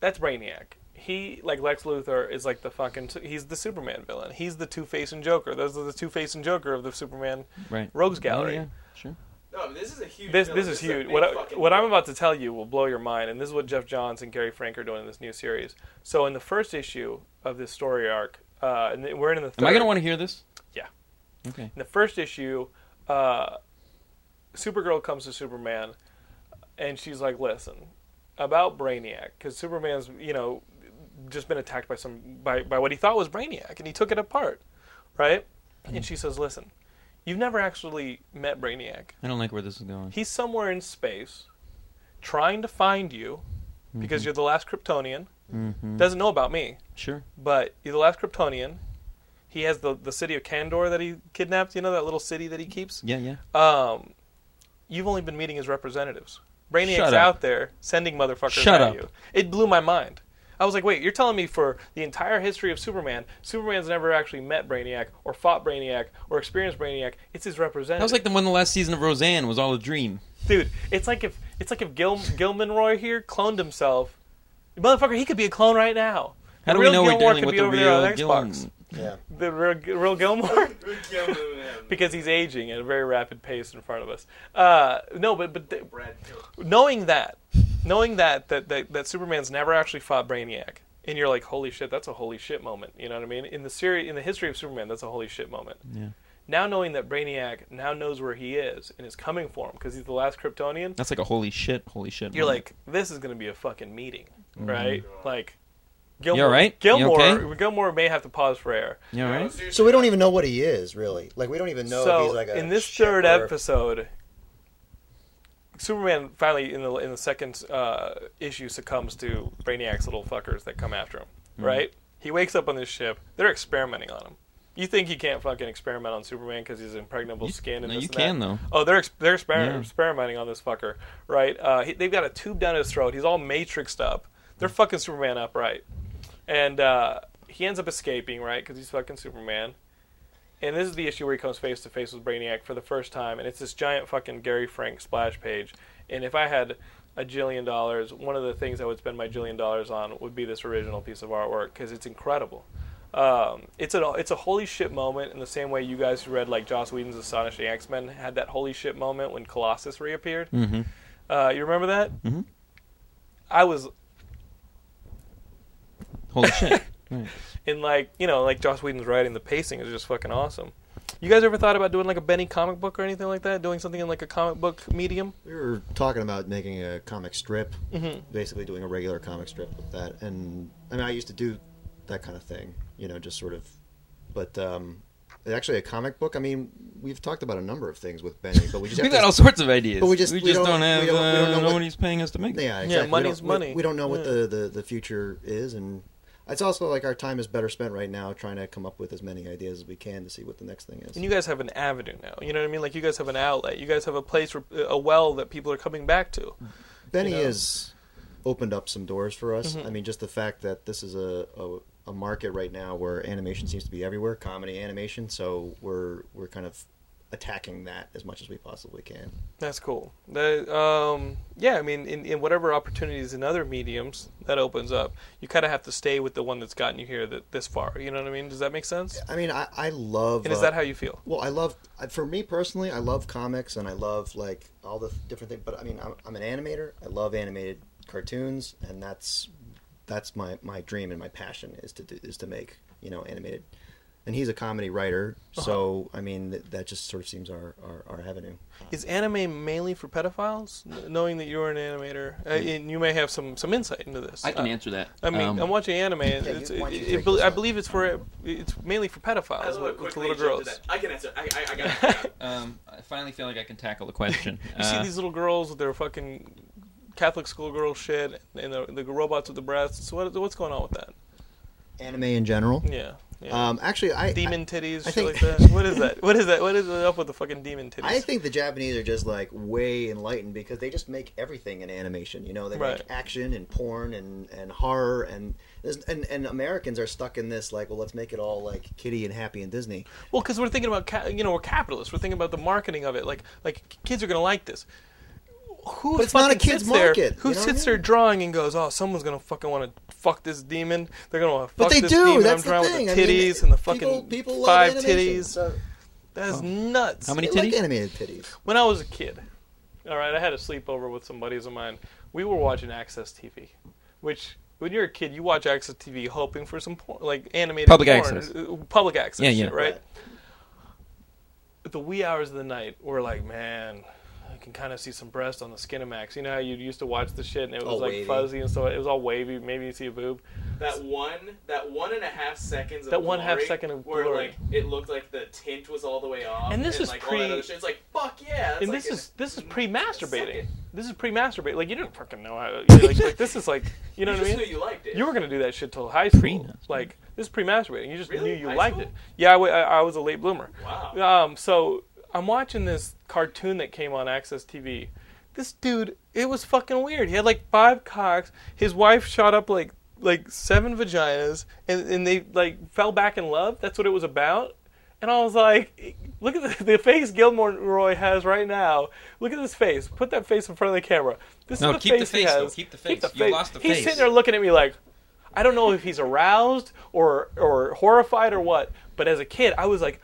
B: That's Brainiac. He, like Lex Luthor, is like the fucking. He's the Superman villain. He's the Two Face and Joker. Those are the Two Face and Joker of the Superman
D: Right.
B: Rogues
D: Oh,
B: Gallery.
D: yeah. Sure.
A: no, but this is a huge.
B: This,
A: villain.
B: this is
A: a
B: huge.
A: big
B: What, I,
A: fucking
B: what I'm
A: villain.
B: about to tell you will blow your mind, and this is what Jeff Johns and Gary Frank are doing in this new series. So, in the first issue of this story arc, uh, and we're in the. Third,
D: Am I gonna want to hear this?
B: Yeah.
D: Okay.
B: In the first issue, uh, Supergirl comes to Superman, and she's like, "Listen, about Brainiac, because Superman's you know just been attacked by some by by what he thought was Brainiac, and he took it apart, right?" And she says, "Listen, you've never actually met Brainiac.
D: I don't like where this is going.
B: He's somewhere in space, trying to find you, because
D: Mm-hmm.
B: you're the last Kryptonian. Doesn't know about me."
D: Sure.
B: but he's the last Kryptonian. He has the the city of Kandor that he kidnapped. You know that little city that he keeps.
D: Yeah. Yeah.
B: Um, you've only been meeting his representatives. Brainiac's
D: Shut up.
B: out there sending motherfuckers
D: Shut
B: at
D: up.
B: you. It blew my mind. I was like, wait, you're telling me for the entire history of Superman, Superman's never actually met Brainiac or fought Brainiac or experienced Brainiac. It's his representative.
D: That was like the one the last season of Roseanne was all a dream.
B: dude, it's like if it's like if Gil, Gilman Roy here cloned himself. Motherfucker, he could be a clone right now.
D: How do
B: The
D: we
B: real
D: know we're
B: Gilmore
D: dealing
B: could
D: with
B: be
D: the
B: over there on
D: real Gillen?
B: Xbox.
E: Yeah.
B: The real, real Gilmore?
A: We're killing him.
B: because he's aging at a very rapid pace in front of us. Uh, no, but but th-
A: Brad Pitt.
B: knowing that, knowing that, that that that Superman's never actually fought Brainiac, and you're like, holy shit, that's a holy shit moment. You know what I mean? In the series, in the history of Superman, that's a holy shit moment.
D: Yeah.
B: Now knowing that Brainiac now knows where he is and is coming for him because he's the last Kryptonian,
D: That's like a holy shit, holy shit.
B: you're
D: moment.
B: like, this is going to be a fucking meeting, right? Like,
D: You all right? You
B: Gilmore,
D: okay?
B: Gilmore may have to pause for air.
D: you all right?
E: So we don't even know what he is, really. Like, we don't even know
B: so
E: if he's like a.
B: in this
E: ship
B: third
E: or-
B: episode, Superman finally in the in the second uh, issue succumbs to Brainiac's little fuckers that come after him.
D: Mm.
B: Right? He wakes up on this ship. They're experimenting on him. You think he can't fucking experiment on Superman because he's impregnable
D: You-
B: skin and
D: no,
B: this
D: you
B: and
D: can,
B: that.
D: though.
B: Oh, they're ex- they're exper-
D: Yeah.
B: experimenting on this fucker, right? Uh, he, they've got a tube down his throat. He's all matrixed up. They're fucking Superman up, right? And uh, he ends up escaping, right? Because he's fucking Superman. And this is the issue where he comes face to face with Brainiac for the first time, and it's this giant fucking Gary Frank splash page. And if I had a jillion dollars, one of the things I would spend my jillion dollars on would be this original piece of artwork because it's incredible. Um, it's a it's a holy shit moment in the same way you guys who read like Joss Whedon's Astonishing X Men had that holy shit moment when Colossus reappeared. Mm-hmm. Uh, you remember that? Mm-hmm. I was
D: Holy shit!
B: in like you know like Joss Whedon's writing, the pacing is just fucking awesome. You guys ever thought about doing like a Benny comic book or anything like that? Doing something in like a comic book medium?
E: We were talking about making a comic strip,
D: Mm-hmm.
E: basically doing a regular comic strip with that. And I mean, I used to do that kind of thing, you know, just sort of. But um, actually, a comic book. I mean, we've talked about a number of things with Benny, but we just
D: We've
E: have
D: got
E: to-
D: all sorts of ideas.
E: But we just-
D: we
E: we
D: just
E: don't-
D: don't,
E: we
D: have.
E: don't- we don't know
D: uh,
E: what-
D: nobody's paying us to make. them.
E: Yeah, exactly. We
B: money's
E: don't- we-
B: money.
E: We, don't know what
B: Yeah.
E: the, the, the future is, and it's also like our time is better spent right now trying to come up with as many ideas as we can to see what the next thing is.
B: And you guys have an avenue now. You know what I mean? Like you guys have an outlet. You guys have a place, where, a well that people are coming back to.
E: Benny
B: you know? Mm-hmm.
E: has opened up some doors for us. I mean, just the fact that this is a, a a market right now where animation seems to be everywhere, comedy, animation. So we're we're kind of attacking that as much as we possibly can.
B: That's cool. The, um, yeah, I mean, in, in whatever opportunities in other mediums that opens up, you kind of have to stay with the one that's gotten you here that, this far. You know what I mean? Does that make sense?
E: I mean, I I love.
B: And is
E: uh,
B: that how you feel?
E: Well, I love. I- For me personally, I love comics and I love like all the different things. But I mean, I'm, I'm an animator. I love animated cartoons, and that's that's my my dream and my passion is to do, is to make you know animated. And he's a comedy writer, so I mean that, that just sort of seems our our, our avenue.
B: Is anime mainly for pedophiles? N- Knowing that you're an animator, uh, and you may have some, some insight into this.
I: I can
B: Uh,
I: answer that.
B: I mean,
I: Um,
B: I'm watching anime. and
E: you-
B: it's, it,
E: why don't you
B: it-
E: take
B: be-
E: this
B: I
E: one?
B: believe it's for it's mainly for pedophiles,
A: That's what
B: with, with
A: quickly
B: little
A: jumped to
B: girls.
A: that. I can answer. I, I, I got it. I got it.
D: Um, I finally feel like I can tackle the question.
B: You see
D: Uh,
B: these little girls with their fucking Catholic schoolgirl shit, and the, the robots with the breasts. What, what's going on with that?
E: Anime in general.
B: Yeah. yeah.
E: Um, actually, I
B: demon titties,
E: I
B: shit
E: think-
B: like that. What is that? What is that? What is up with the fucking demon titties?
E: I think the Japanese are just like way enlightened because they just make everything in animation. You know, they
B: Right.
E: make action and porn and, and horror and, there's- and and Americans are stuck in this like, well, let's make it all like kitty and happy and Disney.
B: Well, because we're thinking about ca- you know we're capitalists. We're thinking about the marketing of it. Like like kids are gonna like this. Who
E: But it's not a
B: fucking
E: kid's
B: sits there-
E: market,
B: Who
E: you know what I
B: sits there
E: mean?
B: drawing and goes, "Oh, someone's gonna fucking want to fuck this demon. They're gonna want to fuck
E: But they
B: this
E: do.
B: demon.
E: That's
B: I'm drawing
E: the thing.
B: with
E: I
B: the
E: mean,
B: titties and the fucking
E: people, people love
B: five
E: animation,
B: titties.
E: So
B: That's nuts.
D: How many
E: they like
D: titties?
E: animated titties.
B: When I was a kid, all right, I had a sleepover with some buddies of mine. We were watching Access TV, which when you're a kid, you watch Access TV hoping for some porn, like animated
D: Public
B: porn,
D: access.
B: uh, public access,
D: Yeah, yeah.
B: shit, right? The wee hours of the night were like, man. I can kind of see some breast on the Skinamax. You know how you used to watch the shit and it was
E: All
B: like
E: wavy.
B: fuzzy and so it was all wavy. Maybe you see a boob.
A: That one, that one and a half seconds. Of
B: That one half
A: glory
B: second of
A: where
B: glory.
A: like it looked like the tint was all the way off,
B: And this is
A: like,
B: pre-
A: All that other shit. It's like fuck yeah. It's
B: and
A: like
B: this is this is pre-masturbating.
A: Suck it.
B: This is pre-masturbating. Like you didn't fucking know how. You know, like, like, this is like you know
A: You
B: what I
A: just
B: mean.
A: knew you liked it.
B: You were gonna do that shit till high school.
D: Pre-masturbating.
B: Like this is pre-masturbating. You just
A: Really?
B: knew you
A: High
B: liked
A: school?
B: it. Yeah, I, wa- I- I was a late bloomer.
A: Wow.
B: Um, so I'm watching this cartoon that came on Access TV. This dude, it was fucking weird. He had like five cocks. His wife shot up like like seven vaginas, and and they like fell back in love. That's what it was about. And I was like, look at the, the face Gilmore Roy has right now. Look at this face. Put that face in front of the camera. This
D: No,
B: is the
D: keep the
B: face he
D: face, though.
B: has.
D: Keep the face. You lost the
B: He's
D: face.
B: sitting there looking at me like, I don't know if he's aroused or or horrified or what. But as a kid, I was like,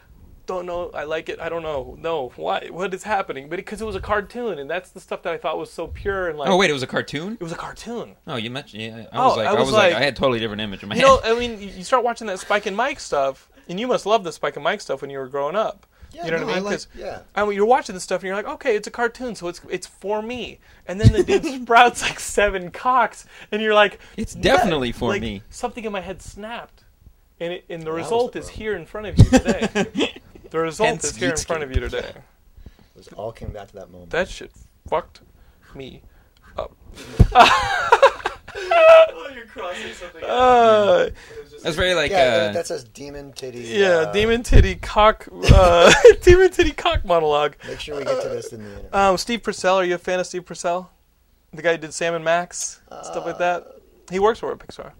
B: don't know. I like it. I don't know. No, why? What is happening? But because it was a cartoon, and that's the stuff that I thought was so pure and like.
D: oh wait, it was a cartoon.
B: It was a cartoon.
D: Oh, you mentioned. Yeah, I
B: Oh,
D: was like, I was, like, I had totally different image in my
B: You
D: head.
B: know, I mean, you you start watching that Spike and Mike stuff, and you must love the Spike and Mike stuff when you were growing up.
E: Yeah,
B: you know
E: no,
B: what I
E: I
B: mean?
E: like-
B: 'Cause-
E: yeah.
B: I mean, you're watching this stuff, and you're like, okay, it's a cartoon, so it's it's for me. And then the dude sprouts like seven cocks, and you're like,
D: It's
B: "What?"
D: definitely for
B: Like,
D: me.
B: Something in my head snapped, and it, and the
E: was
B: result
E: the
B: is
E: problem.
B: here in front of you today. the result
D: Hence
B: is here in front of you today.
E: It was all came back to that moment.
B: That shit fucked me.
A: Oh, you're crossing something. out.
B: Uh,
A: It was just
D: That's very like
E: yeah,
D: uh,
E: that, that says demon titty.
B: yeah,
E: uh,
B: demon titty cock, uh, demon titty cock monologue.
E: Make sure we get to this in the interview.
B: Um, Steve Purcell, are you a fan of Steve Purcell? The guy who did Sam and Max, stuff like that. He works for Pixar.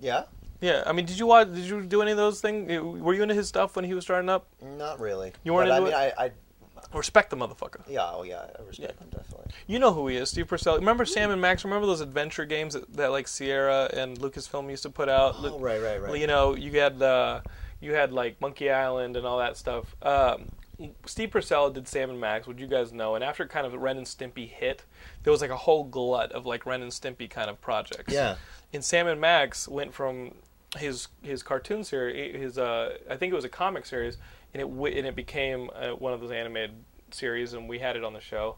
E: yeah,
B: Yeah, I mean, did you watch? Did you do any of those things? Were you into his stuff when he was starting up?
E: not really.
B: You weren't
E: But
B: into
E: I mean, I, I,
B: Respect the motherfucker.
E: yeah, oh yeah, I respect them definitely.
B: You know who he is, Steve Purcell. Remember Sam and Max? Remember those adventure games that, that like Sierra and Lucasfilm used to put out?
E: Oh, right, right, right.
B: You know, you had uh, you had like Monkey Island and all that stuff. Um, Steve Purcell did Sam and Max, would you guys know? And after kind of Ren and Stimpy hit, there was like a whole glut of like Ren and Stimpy kind of projects.
E: Yeah.
B: And Sam and Max went from his his cartoon series, his uh, I think it was a comic series, and it w- and it became uh, one of those animated series, and we had it on the show.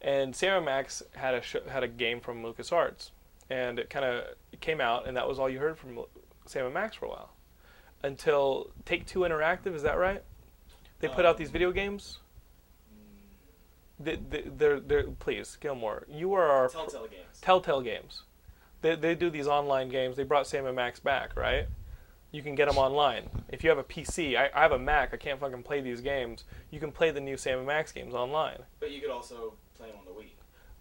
B: And Sam and Max had a sh- had a game from LucasArts, and it kind of came out, and that was all you heard from Lu- Sam and Max for a while, until Take Two Interactive. Is that right? They put out these video games. They, they, they're, they're, please, Gilmore, you are our
A: Telltale games.
B: Telltale games. They, they do these online games. They brought Sam and Max back, right? You can get them online. If you have a PC, I, I have a Mac. I can't fucking play these games. You can play the new Sam and Max games online.
A: But you could also play them on the Wii.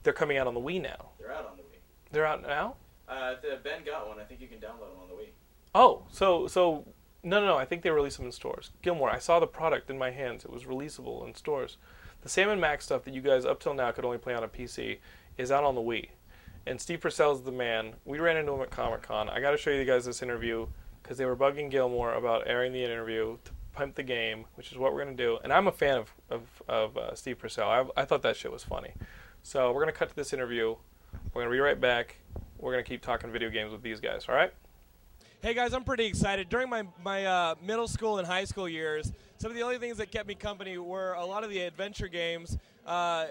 B: They're coming out on the Wii now.
A: They're out on the Wii.
B: They're out now.
A: Uh, the, ben got one. I think you can download them on the Wii.
B: Oh, so so no no no. I think they released them in stores. Gilmore, I saw the product in my hands. It was releasable in stores. The Sam and Max stuff that you guys up till now could only play on a PC is out on the Wii. And Steve Purcell's the man. We ran into him at Comic Con. I got to show you guys this interview because they were bugging Gilmore about airing the interview to pimp the game, which is what we're going to do. And I'm a fan of, of, of uh, Steve Purcell. I, I thought that shit was funny. So we're going to cut to this interview. We're going to be right back. We're going to keep talking video games with these guys, all right? Hey guys, I'm pretty excited. During my my uh, middle school and high school years, some of the only things that kept me company were a lot of the adventure games uh,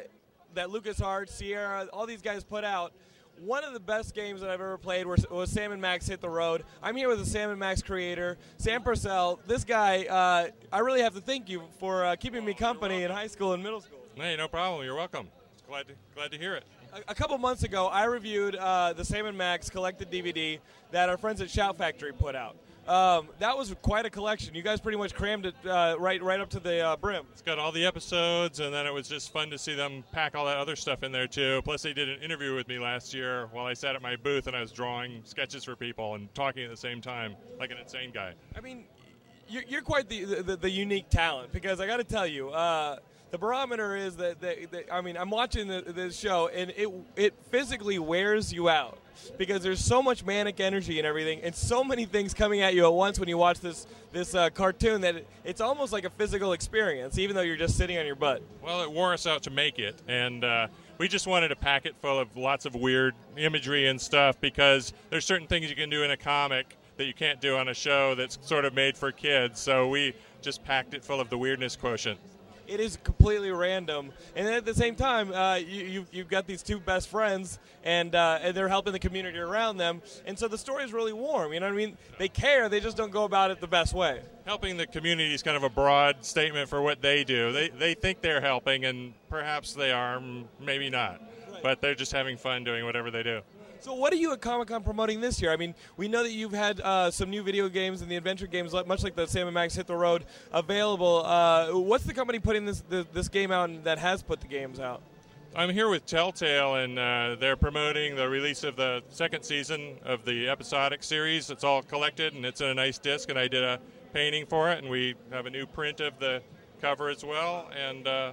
B: that LucasArts, Sierra, all these guys put out. One of the best games that I've ever played was, was Sam and Max Hit the Road. I'm here with the Sam and Max creator, Sam Purcell. This guy, uh, I really have to thank you for uh, keeping me company in high school and middle school.
I: Hey, no problem. You're welcome. Glad to, glad to hear it.
B: A, a couple months ago, I reviewed uh, the Sam and Max collected DVD that our friends at Shout Factory put out. Um, that was quite a collection. You guys pretty much crammed it uh, right right up to the uh, brim.
I: It's got all the episodes, and then it was just fun to see them pack all that other stuff in there too. Plus, they did an interview with me last year while I sat at my booth and I was drawing sketches for people and talking at the same time, like an insane guy.
B: I mean, you're, you're quite the, the, the unique talent because I got to tell you, uh, the barometer is that, that, that I mean, I'm watching the, this show and it it physically wears you out because there's so much manic energy and everything, and so many things coming at you at once when you watch this this uh, cartoon that it, it's almost like a physical experience, even though you're just sitting on your butt.
I: Well, it wore us out to make it, and uh, we just wanted a packet full of lots of weird imagery and stuff because there's certain things you can do in a comic that you can't do on a show that's sort of made for kids. So we just packed it full of the weirdness quotient.
B: It is completely random, and then at the same time, uh, you, you, you've got these two best friends, and uh, and they're helping the community around them, and so the story is really warm. You know what I mean? They care, they just don't go about it the best way.
I: Helping the community is kind of a broad statement for what they do. They, they think they're helping, and perhaps they are, m- maybe not. But they're just having fun doing whatever they do.
B: So, what are you at Comic Con promoting this year? I mean, we know that you've had uh, some new video games and the adventure games, like- much like the Sam and Max Hit the Road, available. Uh, what's the company putting this, this this game out and that has put the games out?
I: I'm here with Telltale, and uh, they're promoting the release of the second season of the episodic series. It's all collected, and it's in a nice disc, and I did a painting for it, and we have a new print of the cover as well. And uh,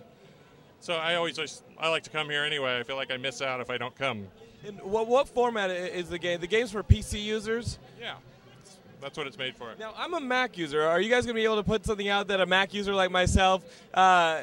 I: so I always just, I like to come here anyway. I feel like I miss out if I don't come.
B: And what what format i- is the game? The game's for PC users.
I: Yeah, that's what it's made for.
B: Now, I'm a Mac user. Are you guys going to be able to put something out that a Mac user like myself uh,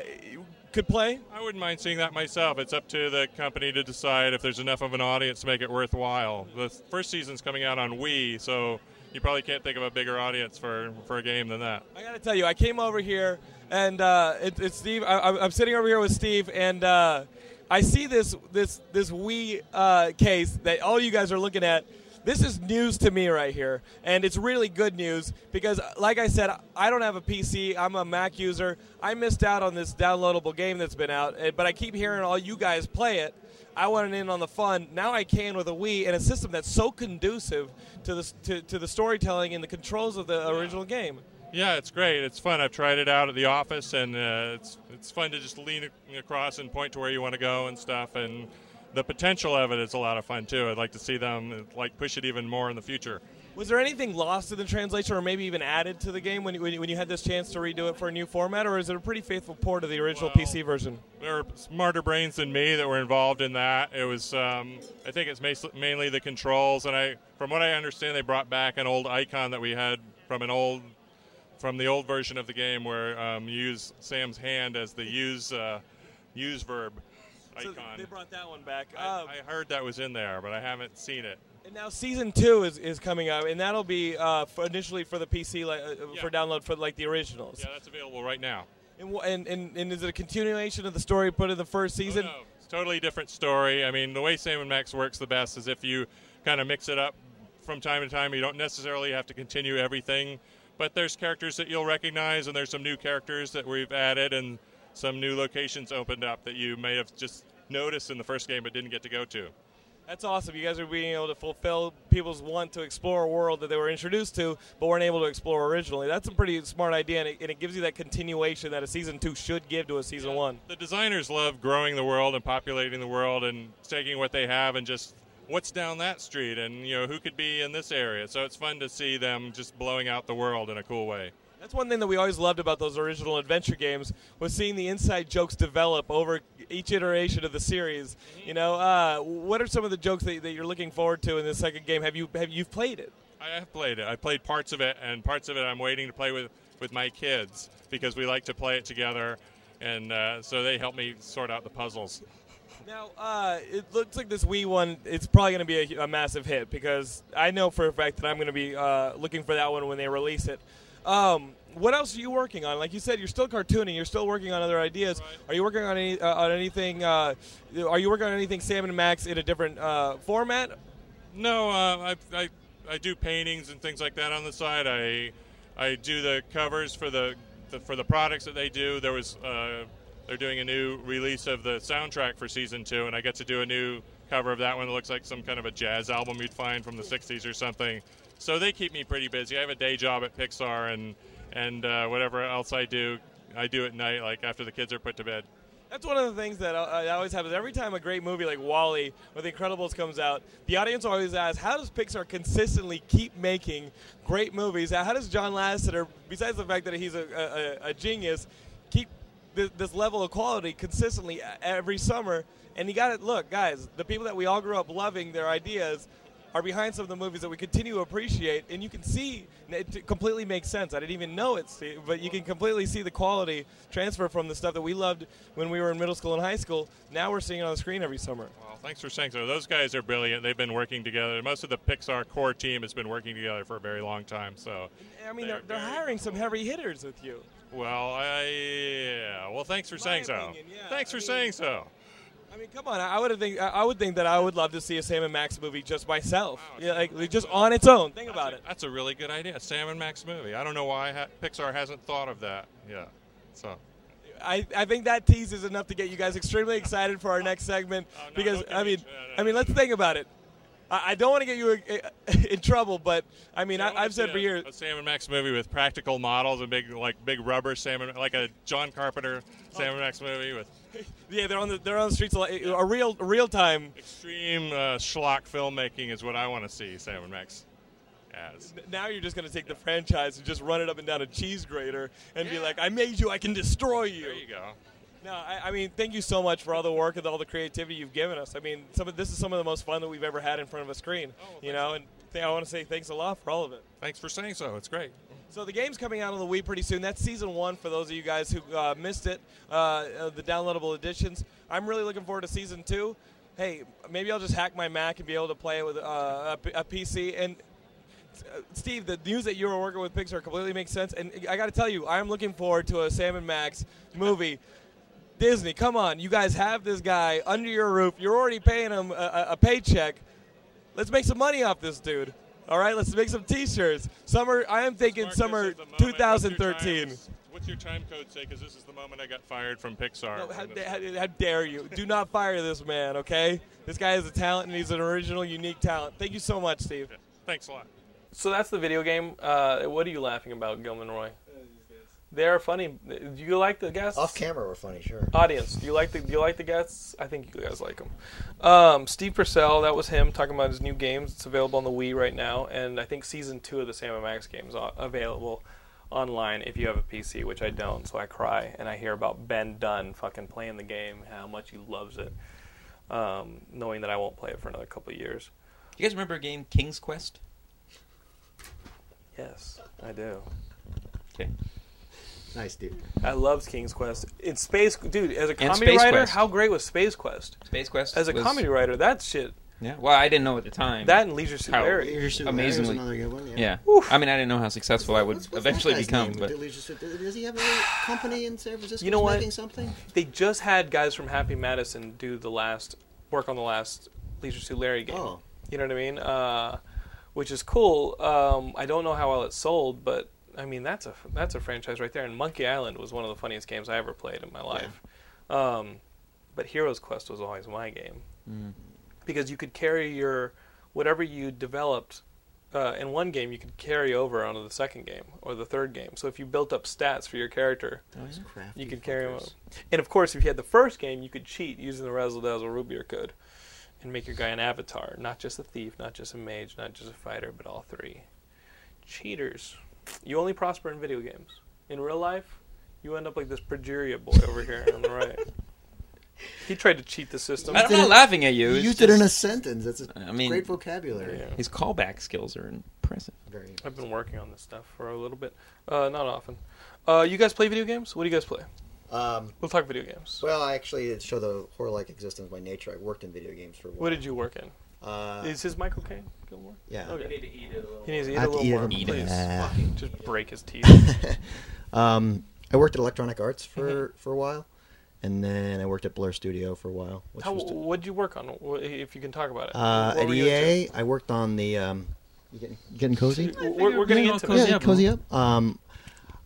B: could play?
I: I wouldn't mind seeing that myself. It's up to the company to decide if there's enough of an audience to make it worthwhile. The first season's coming out on Wii, so you probably can't think of a bigger audience for, for a game than that.
B: I got to tell you, I came over here, and uh, it, it's Steve. I, I'm- I'm sitting over here with Steve, and
J: uh,
B: uh, I see this this this Wii uh, case that all you guys are looking at.
J: This is news to me right here, and it's really good news because, like I said, I don't have a PC. I'm a Mac user. I missed out on this downloadable game that's been out, eh, but I keep hearing all you guys play it. I wanted in on the fun. Now I can with a Wii and a system that's so conducive to the to, to the storytelling and the controls of the original game.
I: Yeah, it's great. It's fun. I've tried it out at the office, and uh, it's it's fun to just lean ac- across and point to where you want to go and stuff. And the potential of it is a lot of fun too. I'd like to see them uh, like push it even more in the future.
J: Was there anything lost in the translation, or maybe even added to the game when you, when you- when you had this chance to redo it for a new format, or is it a pretty faithful port of the original PC version?
I: There were smarter brains than me that were involved in that. It was um, I think it's mas- mainly the controls, and I from what I understand, they brought back an old icon that we had from an old from the old version of the game where um, you use Sam's hand as the use uh, use verb icon.
J: they brought that one back. Uh,
I: I, I heard that was in there, but I haven't seen it.
J: And now season two is, is coming up, and that'll be uh, for initially for the PC, like uh,
I: Yeah.
J: for download for like the originals.
I: Yeah, that's available right now.
J: And, wh- and, and and is it a continuation of the story put in the first
I: Oh,
J: season?
I: It's a totally different story. I mean, the way Sam and Max works the best is if you kind of mix it up from time to time. You don't necessarily have to continue everything, but there's characters that you'll recognize, and there's some new characters that we've added, and some new locations opened up that you may have just noticed in the first game but didn't get to go to.
J: That's awesome. You guys are being able to fulfill people's want to explore a world that they were introduced to but weren't able to explore originally. That's a pretty smart idea, and it, and it gives you that continuation that a season two should give to a season one.
I: The designers love growing the world and populating the world and taking what they have and just what's down that street and you know who could be in this area. So it's fun to see them just blowing out the world in a cool way.
J: That's one thing that we always loved about those original adventure games was seeing the inside jokes develop over each iteration of the series. You know, uh, what are some of the jokes that, that you're looking forward to in the second game? Have you have you've played it?
I: I have played it. I played parts of it, and parts of it I'm waiting to play with, with my kids because we like to play it together, and uh, so they help me sort out the puzzles.
J: Now, uh, it looks like this Wii one, it's probably going to be a, a massive hit because I know for a fact that I'm going to be uh, looking for that one when they release it. Um, what else are you working on? Like you said, you're still cartooning. You're still working on other ideas. Are you working on any uh, on anything? Uh, are you working on anything Sam and Max in a different uh, format?
I: No, uh, I, I, I do paintings and things like that on the side. I I do the covers for the, the for the products that they do. There was uh, they're doing a new release of the soundtrack for season two, and I get to do a new cover of that one that looks like some kind of a jazz album you'd find from the '60s or something. So they keep me pretty busy. I have a day job at Pixar, and and uh, whatever else I do, I do at night, like after the kids are put to bed.
J: That's one of the things that, uh, that always happens. Every time a great movie like Wally or The Incredibles comes out, the audience always asks, "How does Pixar consistently keep making great movies? How does John Lasseter, besides the fact that he's a, a, a genius, keep th- this level of quality consistently e- every summer?" And you got to look, guys. The people that we all grew up loving their ideas are behind some of the movies that we continue to appreciate, and you can see it completely makes sense. I didn't even know it, Steve, but you can completely see the quality transfer from the stuff that we loved when we were in middle school and high school. Now we're seeing it on the screen every summer.
I: Well, thanks for saying so. Those guys are brilliant. They've been working together. Most of the Pixar core team has been working together for a very long time. So,
J: I mean, they're, they're hiring some heavy hitters with you.
I: well, I, yeah. Well, thanks for saying so. thanks for saying so.
J: I mean, come on. I would think I I would think that I would love to see a Sam and Max movie just myself, yeah, like just on its own. Think about it.
I: That's a really good idea. Sam and Max movie. I don't know why ha- Pixar hasn't thought of that. Yeah. So.
J: I, I think that tease is enough to get you guys extremely excited for our next segment
B: Oh,
J: because I mean I mean let's think about it. I, I don't want to get you uh, in, in trouble, but I mean I, I've said for
I: Yeah,
J: years
I: a Sam and Max movie with practical models and big like big rubber Sam and like a John Carpenter Sam and Max movie with
J: yeah they're on the they're on the streets a, lot, a real real time.
I: extreme uh, schlock filmmaking is what I want to see Sam and Max as.
J: Now you're just gonna take the franchise and just run it up and down a cheese grater and be like I made you I can destroy you. There
I: you go.
J: No, I, I mean thank you so much for all the work and all the creativity you've given us. I mean some of this is some of the most fun that we've ever had in front of a screen. you know and th- I want to say thanks a lot for all of it.
I: Oh, Thanks for saying so. It's great.
J: So the game's coming out on the Wii pretty soon. That's season one for those of you guys who uh, missed it, uh, uh, the downloadable editions. I'm really looking forward to season two. Hey, maybe I'll just hack my Mac and be able to play it with uh, a, P- a PC. And uh, Steve, the news that you were working with Pixar completely makes sense. And I got to tell you, I'm looking forward to a Sam and Max movie. Disney, come on! You guys have this guy under your roof. You're already paying him a, a, a paycheck. Let's make some money off this dude. All right, let's make some T-shirts. Summer, I am thinking
I: Mark, this
J: summer
I: is the moment. What's your time-
J: 2013.
I: What's your time code say? Because this is the moment I got fired from Pixar.
J: No, how, how- how dare you? Do not fire this man, okay? This guy is a talent, and he's an original, unique talent. Thank you so much, Steve.
I: Thanks a lot.
B: So that's the video game. Uh, what are you laughing about, Gilman Roy? They're funny. Do you like the guests?
E: Off camera, we're funny, sure.
B: Audience, do you like the do you like the guests? I think you guys like them. Um, Steve Purcell, that was him talking about his new games. It's available on the Wii right now, and I think season two of the Sam and Max games are available online if you have a PC, which I don't. So I cry and I hear about Ben Dunn fucking playing the game, how much he loves it, um, knowing that I won't play it for another couple of years.
D: You guys remember a game King's Quest?
B: Yes, I do.
D: Okay.
E: Nice dude.
B: I loved King's Quest. In Space, dude, as a comedy
D: Space
B: writer,
D: Quest.
B: how great was Space Quest?
D: Space Quest
B: As a
D: was-
B: comedy writer, that shit,
D: Yeah. Well, I didn't know at the time.
B: that and Leisure Suit
D: How-
B: Larry.
D: Amazingly.
E: another good one.
D: Yeah. I mean, I didn't know how successful I would
E: What's- what's that
D: eventually
E: guy's
D: become,
E: name?
D: but
E: Did he just- does he have a company in San Francisco?
B: You know
E: that's
B: what?
E: Making something.
B: They just had guys from Happy Madison do the last work on the last Leisure Suit Larry game.
E: Oh.
B: You know what I mean? Uh, which is cool. Um, I don't know how well it sold, but I mean that's a that's a franchise right there. And Monkey Island was one of the funniest games I ever played in my life. Um, but Heroes Quest was always my game because you could carry your whatever you developed uh, in one game, you could carry over onto the second game or the third game. So if you built up stats for your character, you could carry them. Over. And of course, if you had the first game, you could cheat using the Razzle Dazzle Rubier code and make your guy an avatar, not just a thief, not just a mage, not just a fighter, but all three. Cheaters, you only prosper in video games. In real life, you end up like this progeria boy over here on the right. He tried to cheat the system.
D: I'm not laughing at you.
E: You
D: it's
E: used it
D: just-
E: in a sentence. That's a
D: I mean-
E: great vocabulary.
B: Yeah.
D: His callback skills are impressive.
E: Very.
B: I've been working on this stuff for a little bit. Uh, not often. Uh, you guys play video games? What do you guys play?
E: Um,
B: We'll talk video games.
E: well, I actually did show the horror-like existence by nature. I worked in video games for. A while.
B: What did you work in?
E: Uh,
B: Is his mic okay, Gilmore?
E: yeah.
A: You
B: Okay.
A: need to eat it a little.
B: He needs to
E: I
B: eat a
E: have to
B: little
E: eat
B: more.
E: it.
B: Please.
E: Yeah.
B: Just break his teeth.
E: Um, I worked at Electronic Arts for for a while, and then I worked at Blur Studio for a while. Which
B: How,
E: was the-
B: what'd you work on, wh- if you can talk about it?
E: uh,
B: What
E: at
B: were you into?
E: EA, I worked on the. Um, you getting, you getting cozy?
B: We're, we're getting
D: Yeah,
B: into
D: cozy
B: it.
E: yeah,
D: up.
E: cozy up. Um,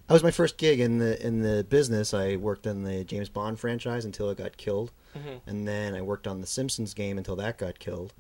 E: I was my first gig in the in the business. I worked in the James Bond franchise until it got killed,
B: Mm-hmm.
E: and then I worked on the Simpsons game until that got killed,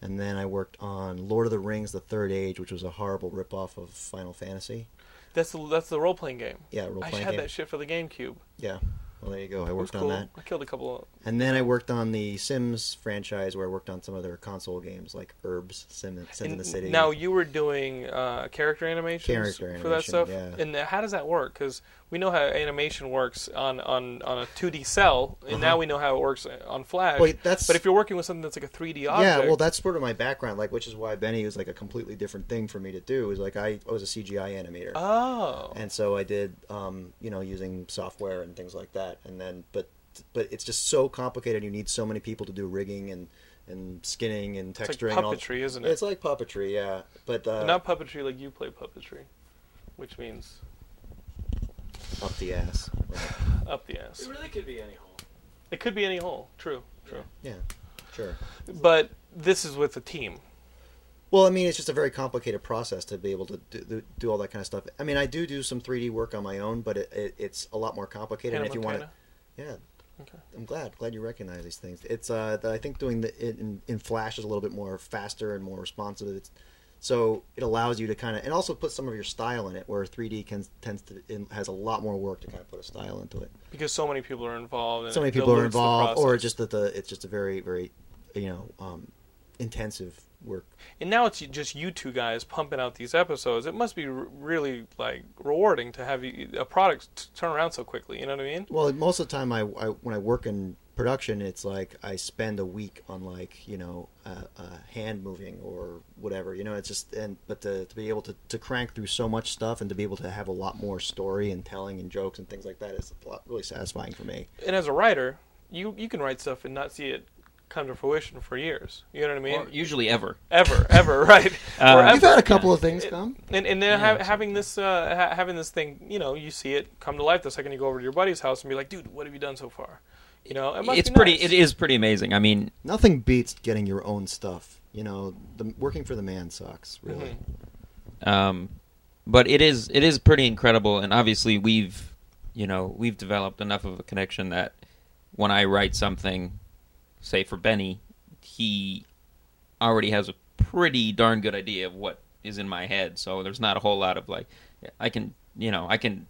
E: and then I worked on Lord of the Rings: The Third Age, which was a horrible ripoff of Final Fantasy.
B: That's the, that's the role playing game.
E: Yeah, role
B: I
E: playing
B: had
E: game.
B: that shit for the GameCube.
E: Yeah. Well, there you go. I
B: It
E: worked
B: was cool.
E: on that.
B: I killed a couple of.
E: And then I worked on the Sims franchise, where I worked on some of their console games like Herbs, Sim, Sim in the
B: And
E: City.
B: Now you were doing uh, character animations
E: Character
B: for that
E: animation,
B: stuff,
E: yeah.
B: and how does that work? Because we know how animation works on, on, on a two D cell, and now we know how it works on Flash.
E: Uh-huh. Wait, that's-
B: But if you're working with something that's like a three D object,
E: yeah, well, that's sort of my background, like which is why Benny was like a completely different thing for me to do. Is like I, I was a CGI animator,
B: oh,
E: and so I did, um, you know, using software and things like that. And then, but but it's just so complicated. You need so many people to do rigging and and skinning and texturing.
B: like
E: and all-
B: puppetry, isn't it?
E: It's like puppetry, yeah. But uh,
B: But not puppetry like you play puppetry, which means
E: up the ass.
B: up the ass.
A: It really could be any hole.
B: It could be any hole. True, true.
E: Yeah, sure.
B: But this is with a team.
E: Well, I mean, it's just a very complicated process to be able to do, do, do all that kind of stuff. I mean, I do do some 3D work on my own, but it, it, it's a lot more complicated.
B: Hannah
E: and if you want
B: Montana?
E: to, yeah,
B: Okay.
E: I'm glad glad you recognize these things. It's uh, that I think doing the it in, in Flash is a little bit more faster and more responsive. It's, so it allows you to kind of and also put some of your style in it, where 3D can tends to in, has a lot more work to kind of put a style into it.
B: because so many people are involved. And
E: So many
B: Uh, it
E: people are
B: dilutes the
E: involved, or
B: process.
E: just that the it's just a very very, you know, um, intensive work.
B: and now it's just you two guys pumping out these episodes. It must be r- really like rewarding to have you, a product t- turn around so quickly. You know what I mean?
E: Well, most of the time, I, I when I work in production, it's like I spend a week on like you know uh, uh, hand moving or whatever. You know, it's just and but to, to be able to, to crank through so much stuff and to be able to have a lot more story and telling and jokes and things like that is a lot, really satisfying for me.
B: And as a writer, you you can write stuff and not see it come to fruition for years. You know what I mean?
D: Or usually ever.
B: ever, ever, right? or
E: We've
B: ever.
E: had a couple of things come.
B: and and then ha- having this uh, ha- having this thing, you know, you see it come to life the second you go over to your buddy's house and be like, dude, what have you done so far? You know, it must
D: It's
B: be
D: pretty.
B: nice.
D: It is pretty amazing. I mean,
E: Nothing beats getting your own stuff you know, the working for the man sucks, really.
D: um, but it is it is pretty incredible and obviously we've you know we've developed enough of a connection that when i write something say for benny he already has a pretty darn good idea of what is in my head so there's not a whole lot of like i can you know i can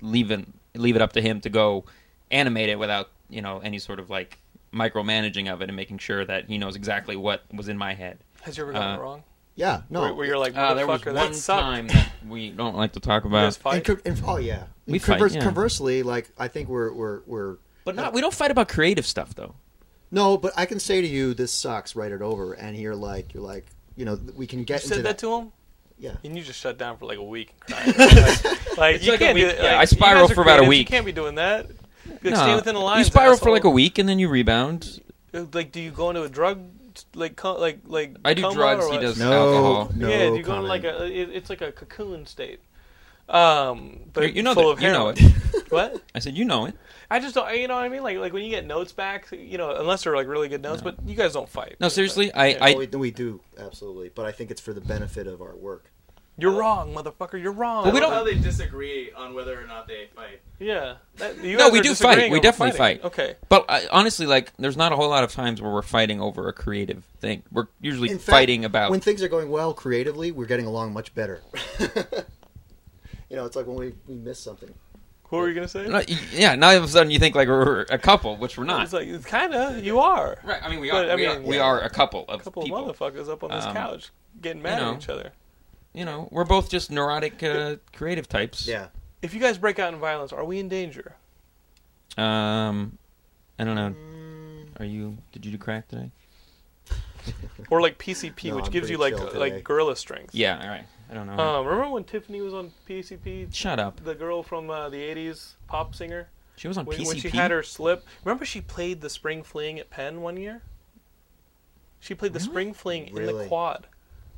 D: leave it leave it up to him to go animate it without you know any sort of like micromanaging of it and making sure that he knows exactly what was in my head
B: Has you ever gotten
D: Uh,
B: it wrong?
E: Yeah, no.
B: where, where you're like,
D: uh, there was
B: motherfucker,
D: one
B: that sucked.
D: time that we don't like to talk
B: You
D: about
B: guys
E: and,
B: fight?
E: co- and- oh yeah.
D: We
E: And conver-
D: fight, yeah.
E: Conversely, like I think we're we're we're
D: But not we don't fight about creative stuff though.
E: no, but I can say to you, this sucks. Write it over, and you're like you're like you know we can
B: You
E: get into
B: said that to him,
E: Yeah.
B: and you just shut down for like a week and cried. like, like,
D: It's
B: you
D: like a
B: can't do
D: week.
B: that.
D: Yeah,
B: like,
D: I
B: you guys
D: spiraled
B: are
D: for about
B: creative,
D: a
B: You
D: welike-
B: can't be doing that. Like, stay within the lines.
D: you spiral for
B: asshole.
D: like a week and then you rebound.
B: Like, do you go into a drug like co- like like?
D: I do
B: coma
D: drugs.
B: or
D: He
B: what?
D: does
E: No,
D: alcohol.
E: no.
B: yeah, do you go into
E: comment.
B: like a? uh, it- It's like a cocoon state. Um, but
D: You- you know
B: full
D: that-
B: of
D: you know
B: heroin. what?
D: I said, you know it.
B: I just don't. You know what I mean? Like like when you get notes back, you know, unless they're like really good notes, but you guys don't fight.
D: No, seriously, I,
E: Oh,
D: I
E: we, we do absolutely, but I think it's for the benefit of our work.
B: You're wrong, motherfucker. You're wrong. Uh,
D: But we
A: I love
D: don't-
A: how they disagree on whether or not they fight.
B: Yeah. That, you
D: No,
B: guys
D: we
B: are
D: do fight.
B: disagreeing
D: We
B: over
D: definitely
B: fighting.
D: fight.
B: Okay.
D: but I, honestly, like, there's not a whole lot of times where we're fighting over a creative thing. We're usually
E: In fact,
D: fighting about.
E: when things are going well creatively. We're getting along much better. you know, it's like when we, we miss something.
B: What were you gonna say?
D: No, y- yeah, now all of a sudden you think like we're a couple, which we're not.
B: It's like it's kind of you are.
D: right? I mean, we
B: But,
D: are.
B: I
D: we, are
B: mean,
D: we
B: yeah.
D: are a couple of
B: A couple
D: people.
B: of motherfuckers up on this
D: Um,
B: couch getting mad
D: you know.
B: at each other.
D: you know, we're both just neurotic, uh, creative types.
E: Yeah,
B: If you guys break out in violence, are we in danger?
D: Um, I don't know.
B: Mm.
D: Are you? Did you do crack today?
B: Or like PCP,
E: No,
B: which
E: I'm
B: gives you
E: pretty
B: like
E: chill today.
B: like gorilla strength.
D: Yeah. All right. I don't know.
B: Um, remember when Tiffany was on PCP?
D: Shut up.
B: The girl from uh, the '80s pop singer.
D: She was on
B: when,
D: PCP.
B: when she had her slip. Remember she played the spring fling at Penn one year? She played the spring fling in the
E: Really?
B: quad.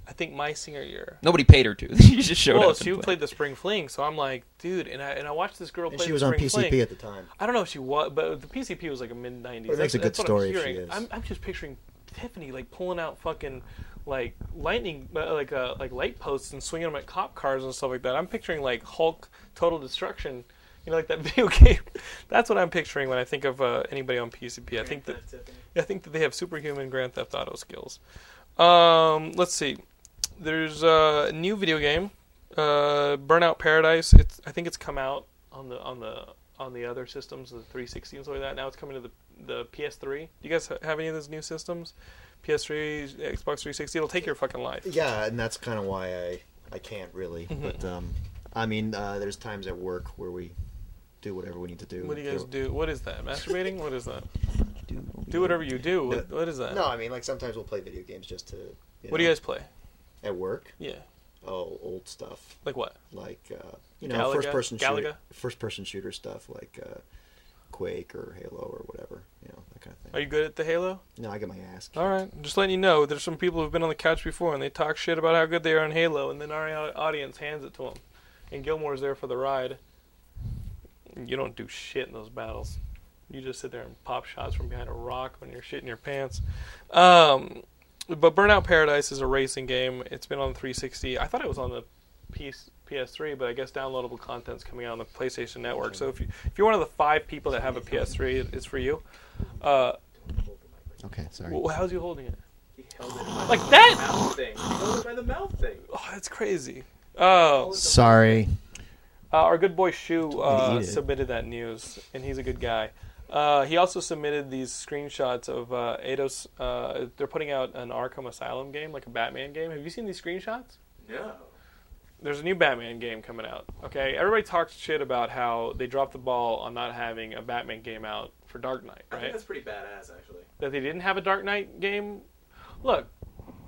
B: I think my senior year.
D: Nobody paid her to. she just showed
B: well,
D: up.
B: she
D: and
B: played the spring fling, so I'm like, dude, and I and I watched this girl
E: and
B: play
E: she
B: the
E: was on
B: spring
E: PCP
B: fling.
E: at the time.
B: I don't know if she was, but the PCP was like a mid '90s.
E: Well, it makes a good
B: that's, that's
E: story if
B: What
E: she
B: I'm, hearing.
E: is.
B: I'm I'm just picturing Tiffany like pulling out fucking like lightning, uh, like uh, like light posts and swinging them at cop cars and stuff like that. I'm picturing like Hulk total destruction. You know, like that video game. That's what I'm picturing when I think of uh, anybody on PCP. I think that
A: That's Tiffany.
B: I think that they have superhuman Grand Theft Auto skills. Um, let's see. There's a new video game, uh, Burnout Paradise. It's I think it's come out on the on the on the other systems, the 360 and stuff like that. Now it's coming to the the PS3. Do you guys ha- have any of those new systems? PS3, Xbox 360. It'll take your fucking life.
E: Yeah, and that's kind of why I I can't really.
B: Mm-hmm.
E: But um, I mean, uh, there's times at work where we do whatever we need to do.
B: What do you guys do? What is that? Masturbating? What is that? Do whatever you do. What, what is that?
E: No, I mean, like sometimes we'll play video games just to. You
B: What do
E: know,
B: you guys play?
E: at work?
B: Yeah.
E: Oh, old stuff.
B: Like what?
E: like uh, you know
B: Galaga?
E: first person
B: Galaga?
E: shooter, first person shooter stuff like uh, Quake or Halo or whatever you know that kind of
B: Are
E: thing.
B: you good at the Halo?
E: No, I get my ass. kicked.
B: All right, just letting you know, there's some people who've been on the couch before and they talk shit about how good they are in Halo, and then our au- audience hands it to them, and Gilmore's there for the ride. You don't do shit in those battles. You just sit there and pop shots from behind a rock when you're shitting your pants. Um, but Burnout Paradise is a racing game. It's been on 360. I thought it was on the PS, PS3, but I guess downloadable content's coming out on the PlayStation Network. So if you if you're one of the five people that have a PS3, it- it's for you. Uh,
C: Okay, sorry.
B: wh- how's you holding it?
A: He held it by
B: Like that?
A: the mouth thing. He held it by the mouth thing.
B: Oh, that's crazy. Oh,
C: Sorry.
B: uh, our good boy Shu
C: me
B: uh,
C: to eat it.
B: submitted that news, and he's a good guy. Uh, he also submitted these screenshots of uh, Eidos. Uh, they're putting out an Arkham Asylum game, like a Batman game. Have you seen these screenshots?
A: No.
B: There's a new Batman game coming out. Okay, everybody talks shit about how they dropped the ball on not having a Batman game out for Dark Knight,
A: I think
B: right?
A: that's pretty badass, actually.
B: that they didn't have a Dark Knight game. Look,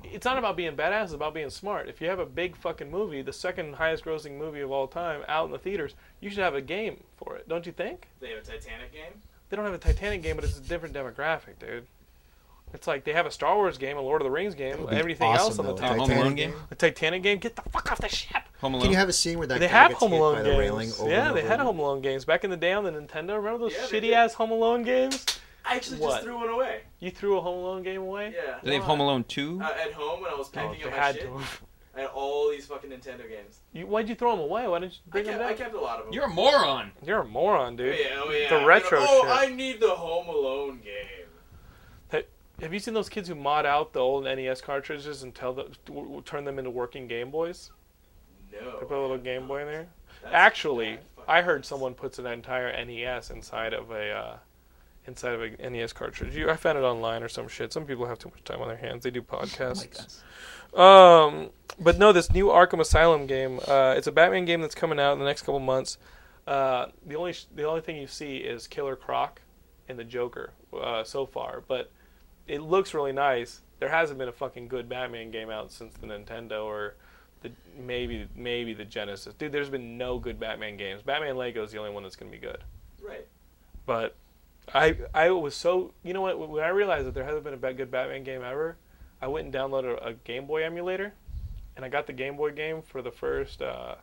B: it's not about being badass, it's about being smart. If you have a big fucking movie, the second highest grossing movie of all time, out in the theaters, you should have a game for it, don't you think?
A: They have a Titanic game.
B: They don't have a Titanic game, but it's a different demographic, dude. It's like they have a Star Wars game, a Lord of the Rings game,
E: It'd be
B: everything
E: awesome,
B: else on the
E: though.
B: top.
D: Home Alone game?
B: A Titanic game? Get the fuck off the ship!
D: Home Alone.
E: Can you have a scene where that
B: They
E: guy
B: have
E: gets
B: Home
E: hit
B: Alone
E: by
B: games.
E: the railing? Over
B: yeah,
E: and
B: they
E: over
B: had
E: and-
B: Home Alone games back in the day on the Nintendo. Remember those
A: Yeah, they
B: shitty
A: did.
B: ass Home Alone games?
A: I actually
B: What?
A: just threw one away.
B: You threw a Home Alone game away?
A: Yeah.
D: Do they have Home Alone two?
A: Uh, at home when I was
B: Oh,
A: packing
B: they
A: up my
B: had
A: shit,
B: to.
A: I had all these fucking Nintendo games.
B: You, why'd you throw them away? Why didn't you
A: I
B: bring
A: kept,
B: them
A: I
B: back?
A: kept a lot of them.
D: You're a moron.
B: You're a moron,
A: Oh,
B: dude.
A: yeah, oh, yeah.
B: The
A: You know,
B: retro
A: Oh,
B: shit.
A: I need the Home Alone game.
B: Have you seen those kids who mod out the old NES cartridges and tell the, w- w- turn them into working Game Boys?
A: No.
B: They put a little Game Boy in there.
A: That's-
B: Actually,
A: that fucking
B: I heard
A: sucks.
B: someone puts an entire NES inside of a uh, inside of a NES cartridge. You, I found it online or some shit. Some people have too much time on their hands. They do podcasts. um, but no, this new Arkham Asylum game. Uh, it's a Batman game that's coming out in the next couple months. Uh, the only sh- the only thing you see is Killer Croc and the Joker uh, so far, but it looks really nice. There hasn't been a fucking good Batman game out since the Nintendo or the maybe maybe the Genesis. Dude, there's been no good Batman games. Batman Lego is the only one that's gonna be good.
A: Right.
B: But I I was so you know what when I realized that there hasn't been a ba- good Batman game ever, I went and downloaded a Game Boy emulator, and I got the Game Boy game for the first uh,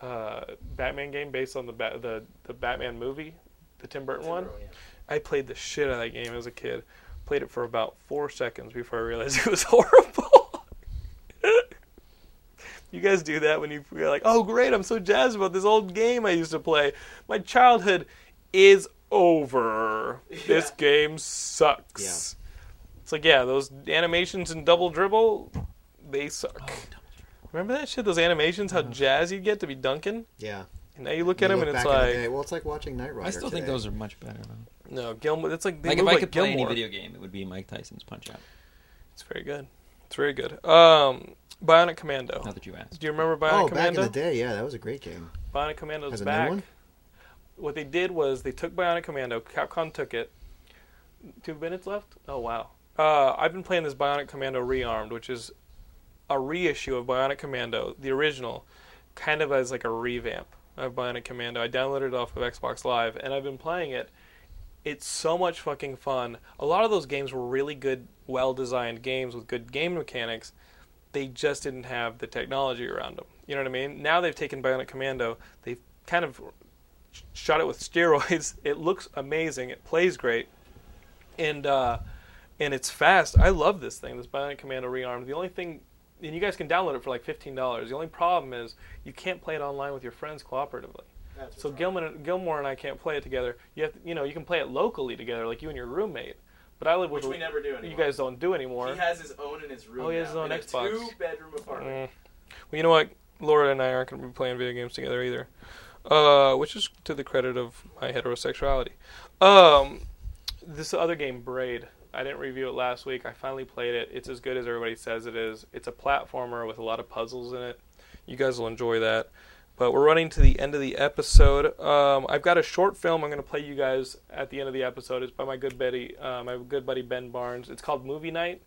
B: uh, Batman game based on the ba- the the Batman movie, the Tim Burton one.
A: Everyone, yeah.
B: I played the shit out of that game as a kid. Played it for about four seconds before I realized it was horrible. you guys do that when you, you're like, oh, great, I'm so jazzed about this old game I used to play. My childhood is over. This game sucks. It's like, yeah, those animations in Double Dribble, they suck. Remember that shit? Those animations, how jazzed you'd get to be dunking?
E: Yeah.
B: And now you look at
E: You
B: them
E: look
B: and it's
E: back in the
B: like,
E: day, well, it's like watching Night Rider.
D: I still think
E: today.
D: those are much better. Though.
B: no, Gilmore. It's like they
D: Like if
B: move
D: I
B: like
D: could play any
B: Gilmore.
D: video game, it would be Mike Tyson's Punch Out.
B: It's very good. It's very good. Um, Bionic Commando.
D: Not that you asked.
B: Do you remember Bionic
E: Oh, back in
B: Commando?
E: the day, yeah, that was a great game.
B: Bionic Commando's
E: Has a new
B: back.
E: one?
B: What they did was they took Bionic Commando. Capcom took it. Two minutes left. Oh wow. Uh, I've been playing this Bionic Commando Rearmed, which is a reissue of Bionic Commando, the original, kind of as like a revamp of Bionic Commando. I downloaded it off of Xbox Live, and I've been playing it. It's so much fucking fun. A lot of those games were really good, well designed games with good game mechanics. They just didn't have the technology around them. You know what I mean? Now they've taken Bionic Commando, they've kind of sh- shot it with steroids. It looks amazing, it plays great, and uh, and it's fast. I love this thing, this Bionic Commando Rearmed. The only thing, and you guys can download it for like fifteen dollars. The only problem is you can't play it online with your friends cooperatively.
A: That's
B: So Gilman, Gilmore and I can't play it together. You have to, you know, you can play it locally together, like you and your roommate. But I live with
A: Which we never do
B: you
A: anymore.
B: guys don't do anymore.
A: He has his own in his room.
B: Oh, he has
A: now,
B: his own
A: in
B: Xbox.
A: A two-bedroom apartment.
B: Mm. Well, you know what? Laura and I aren't going to be playing video games together either, uh, which is to the credit of my heterosexuality. Um, this other game, Braid. I didn't review it last week. I finally played it. It's as good as everybody says it is. It's a platformer with a lot of puzzles in it. You guys will enjoy that. But we're running to the end of the episode. Um, I've got a short film I'm going to play you guys at the end of the episode. It's by my good buddy, uh, my good buddy Ben Barnes. It's called Movie Night.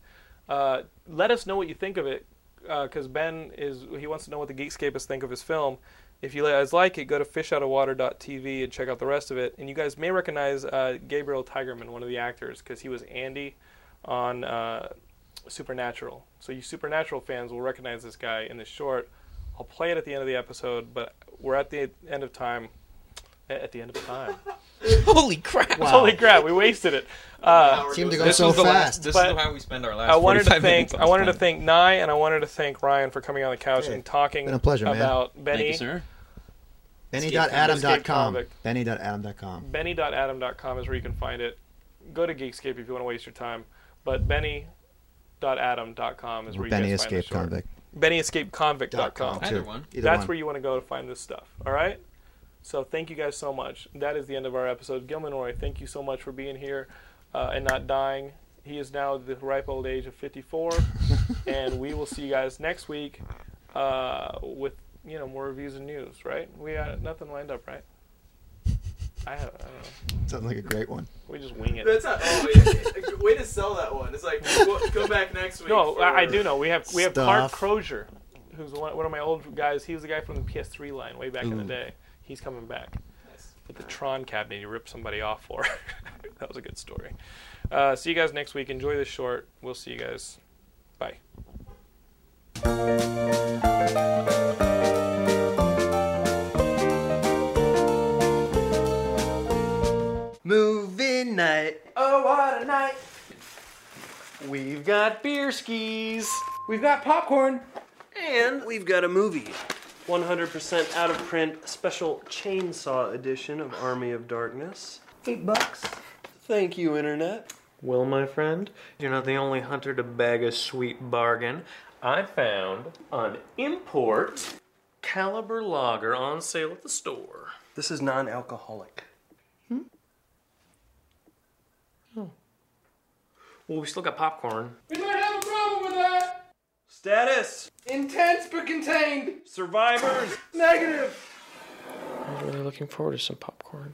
B: Uh, let us know what you think of it because Ben is he wants to know what the Geekscapists think of his film. If you guys like it, go to fishoutofwater.tv and check out the rest of it. And you guys may recognize uh, Gabriel Tigerman, one of the actors, because he was Andy on uh, Supernatural. So you Supernatural fans will recognize this guy in the short. I'll play it at the end of the episode, but we're at the end of time. At the end of time.
D: Holy crap!
B: Holy crap, we wasted it. Uh,
A: Howard
E: Seemed to
A: goes
E: go
D: This
E: so
D: is the
E: fast.
D: last. This
B: But
D: is how we spend our last.
B: I wanted to
D: 45
B: thank
D: minutes on
B: I
D: this
B: wanted to
D: planet.
B: thank Nye and I wanted to thank Ryan for coming on the couch
E: Hey,
B: and talking
E: been a pleasure, man.
B: about
D: Thank
B: Benny.
D: you, sir.
B: Escape
E: Benny.adam.com.
B: convict.
E: Benny.adam.com.
B: Benny.adam.com is where you can find it. Go to Geekscape if you want to waste your time, but Benny.adam.com is where you
E: Benny
B: guys find the
E: Escape
B: short.
E: Convict. Dot com,
B: BennyEscapeConvict.com.
E: too.
D: Either one.
E: Either
B: That's
E: one.
B: where you want to go to find this stuff. All right. So thank you guys so much. That is the end of our episode. Gilman Roy, thank you so much for being here uh, and not dying. He is now the ripe old age of 54, and we will see you guys next week uh, with you know more reviews and news. Right? We got nothing lined up, right? I, I don't know.
E: Sounds like a great one.
B: We just wing it.
A: That's not. Oh, yeah. way to sell that one. It's like go, go back next week.
B: No,
A: for-
B: I, I do know. We have we have Clark
E: Stuff.
B: Crozier, who's one, one of my old guys. He was the guy from the PS3 line way back in the
E: Ooh.
B: day. He's coming back
A: Nice.
B: with the Tron cabinet. He ripped somebody off for. that was a good story. Uh, see you guys next week. Enjoy this short. We'll see you guys. Bye.
H: Movie
K: night. Oh, what a night. We've got beer skis. We've got popcorn. And we've got a movie. 100% out of print special chainsaw edition of Army of Darkness. Eight bucks. Thank you, Internet. Well, my friend, you're not the only hunter to bag a sweet bargain. I found an import caliber lager on sale at the store. This is non alcoholic. Well, we still got popcorn.
L: We might have a problem with that.
K: Status!
L: Intense but contained.
K: Survivors!
L: Negative.
K: I was really looking forward to some popcorn.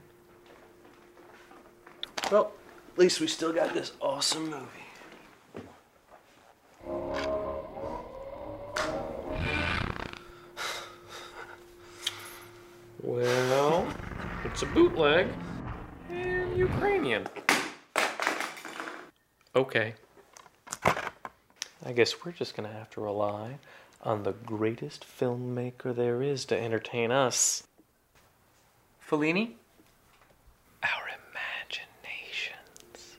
K: Well, at least we still got this awesome movie. Well, it's a bootleg and Ukrainian. Okay. I guess we're just going to have to rely on the greatest filmmaker there is to entertain us. Fellini? Our imaginations.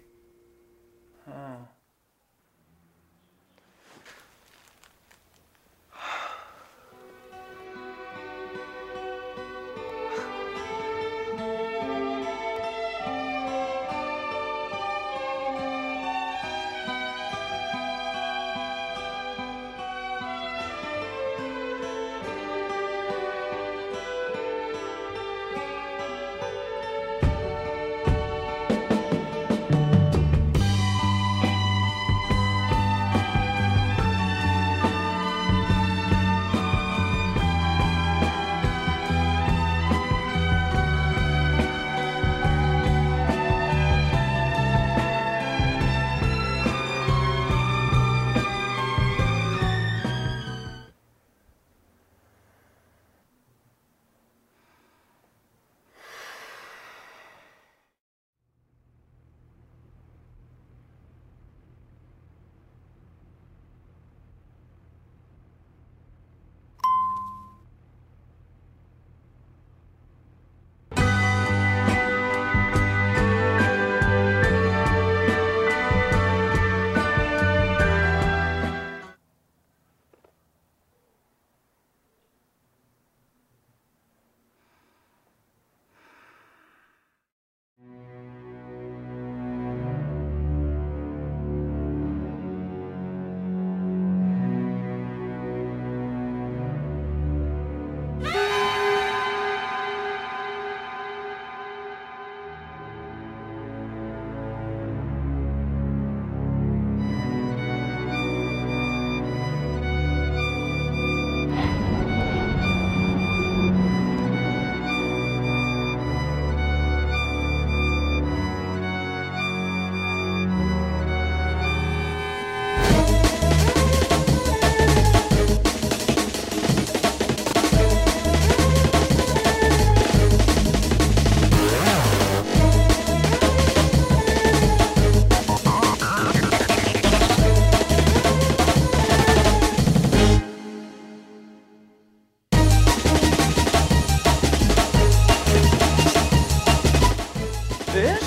K: Fish?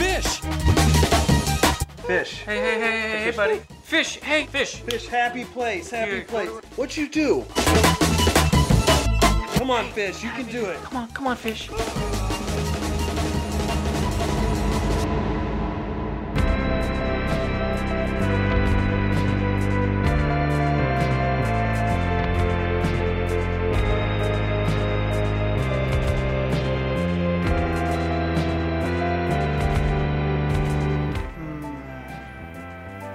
K: Fish! Fish. Hey, hey, hey, hey, hey, buddy. Fish, hey, fish. Fish, happy place, happy place. What you do? Come on, fish, you can do it. Come on, come on, fish.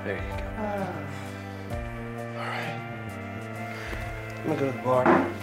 K: There you go. All right. I'm gonna go to the bar.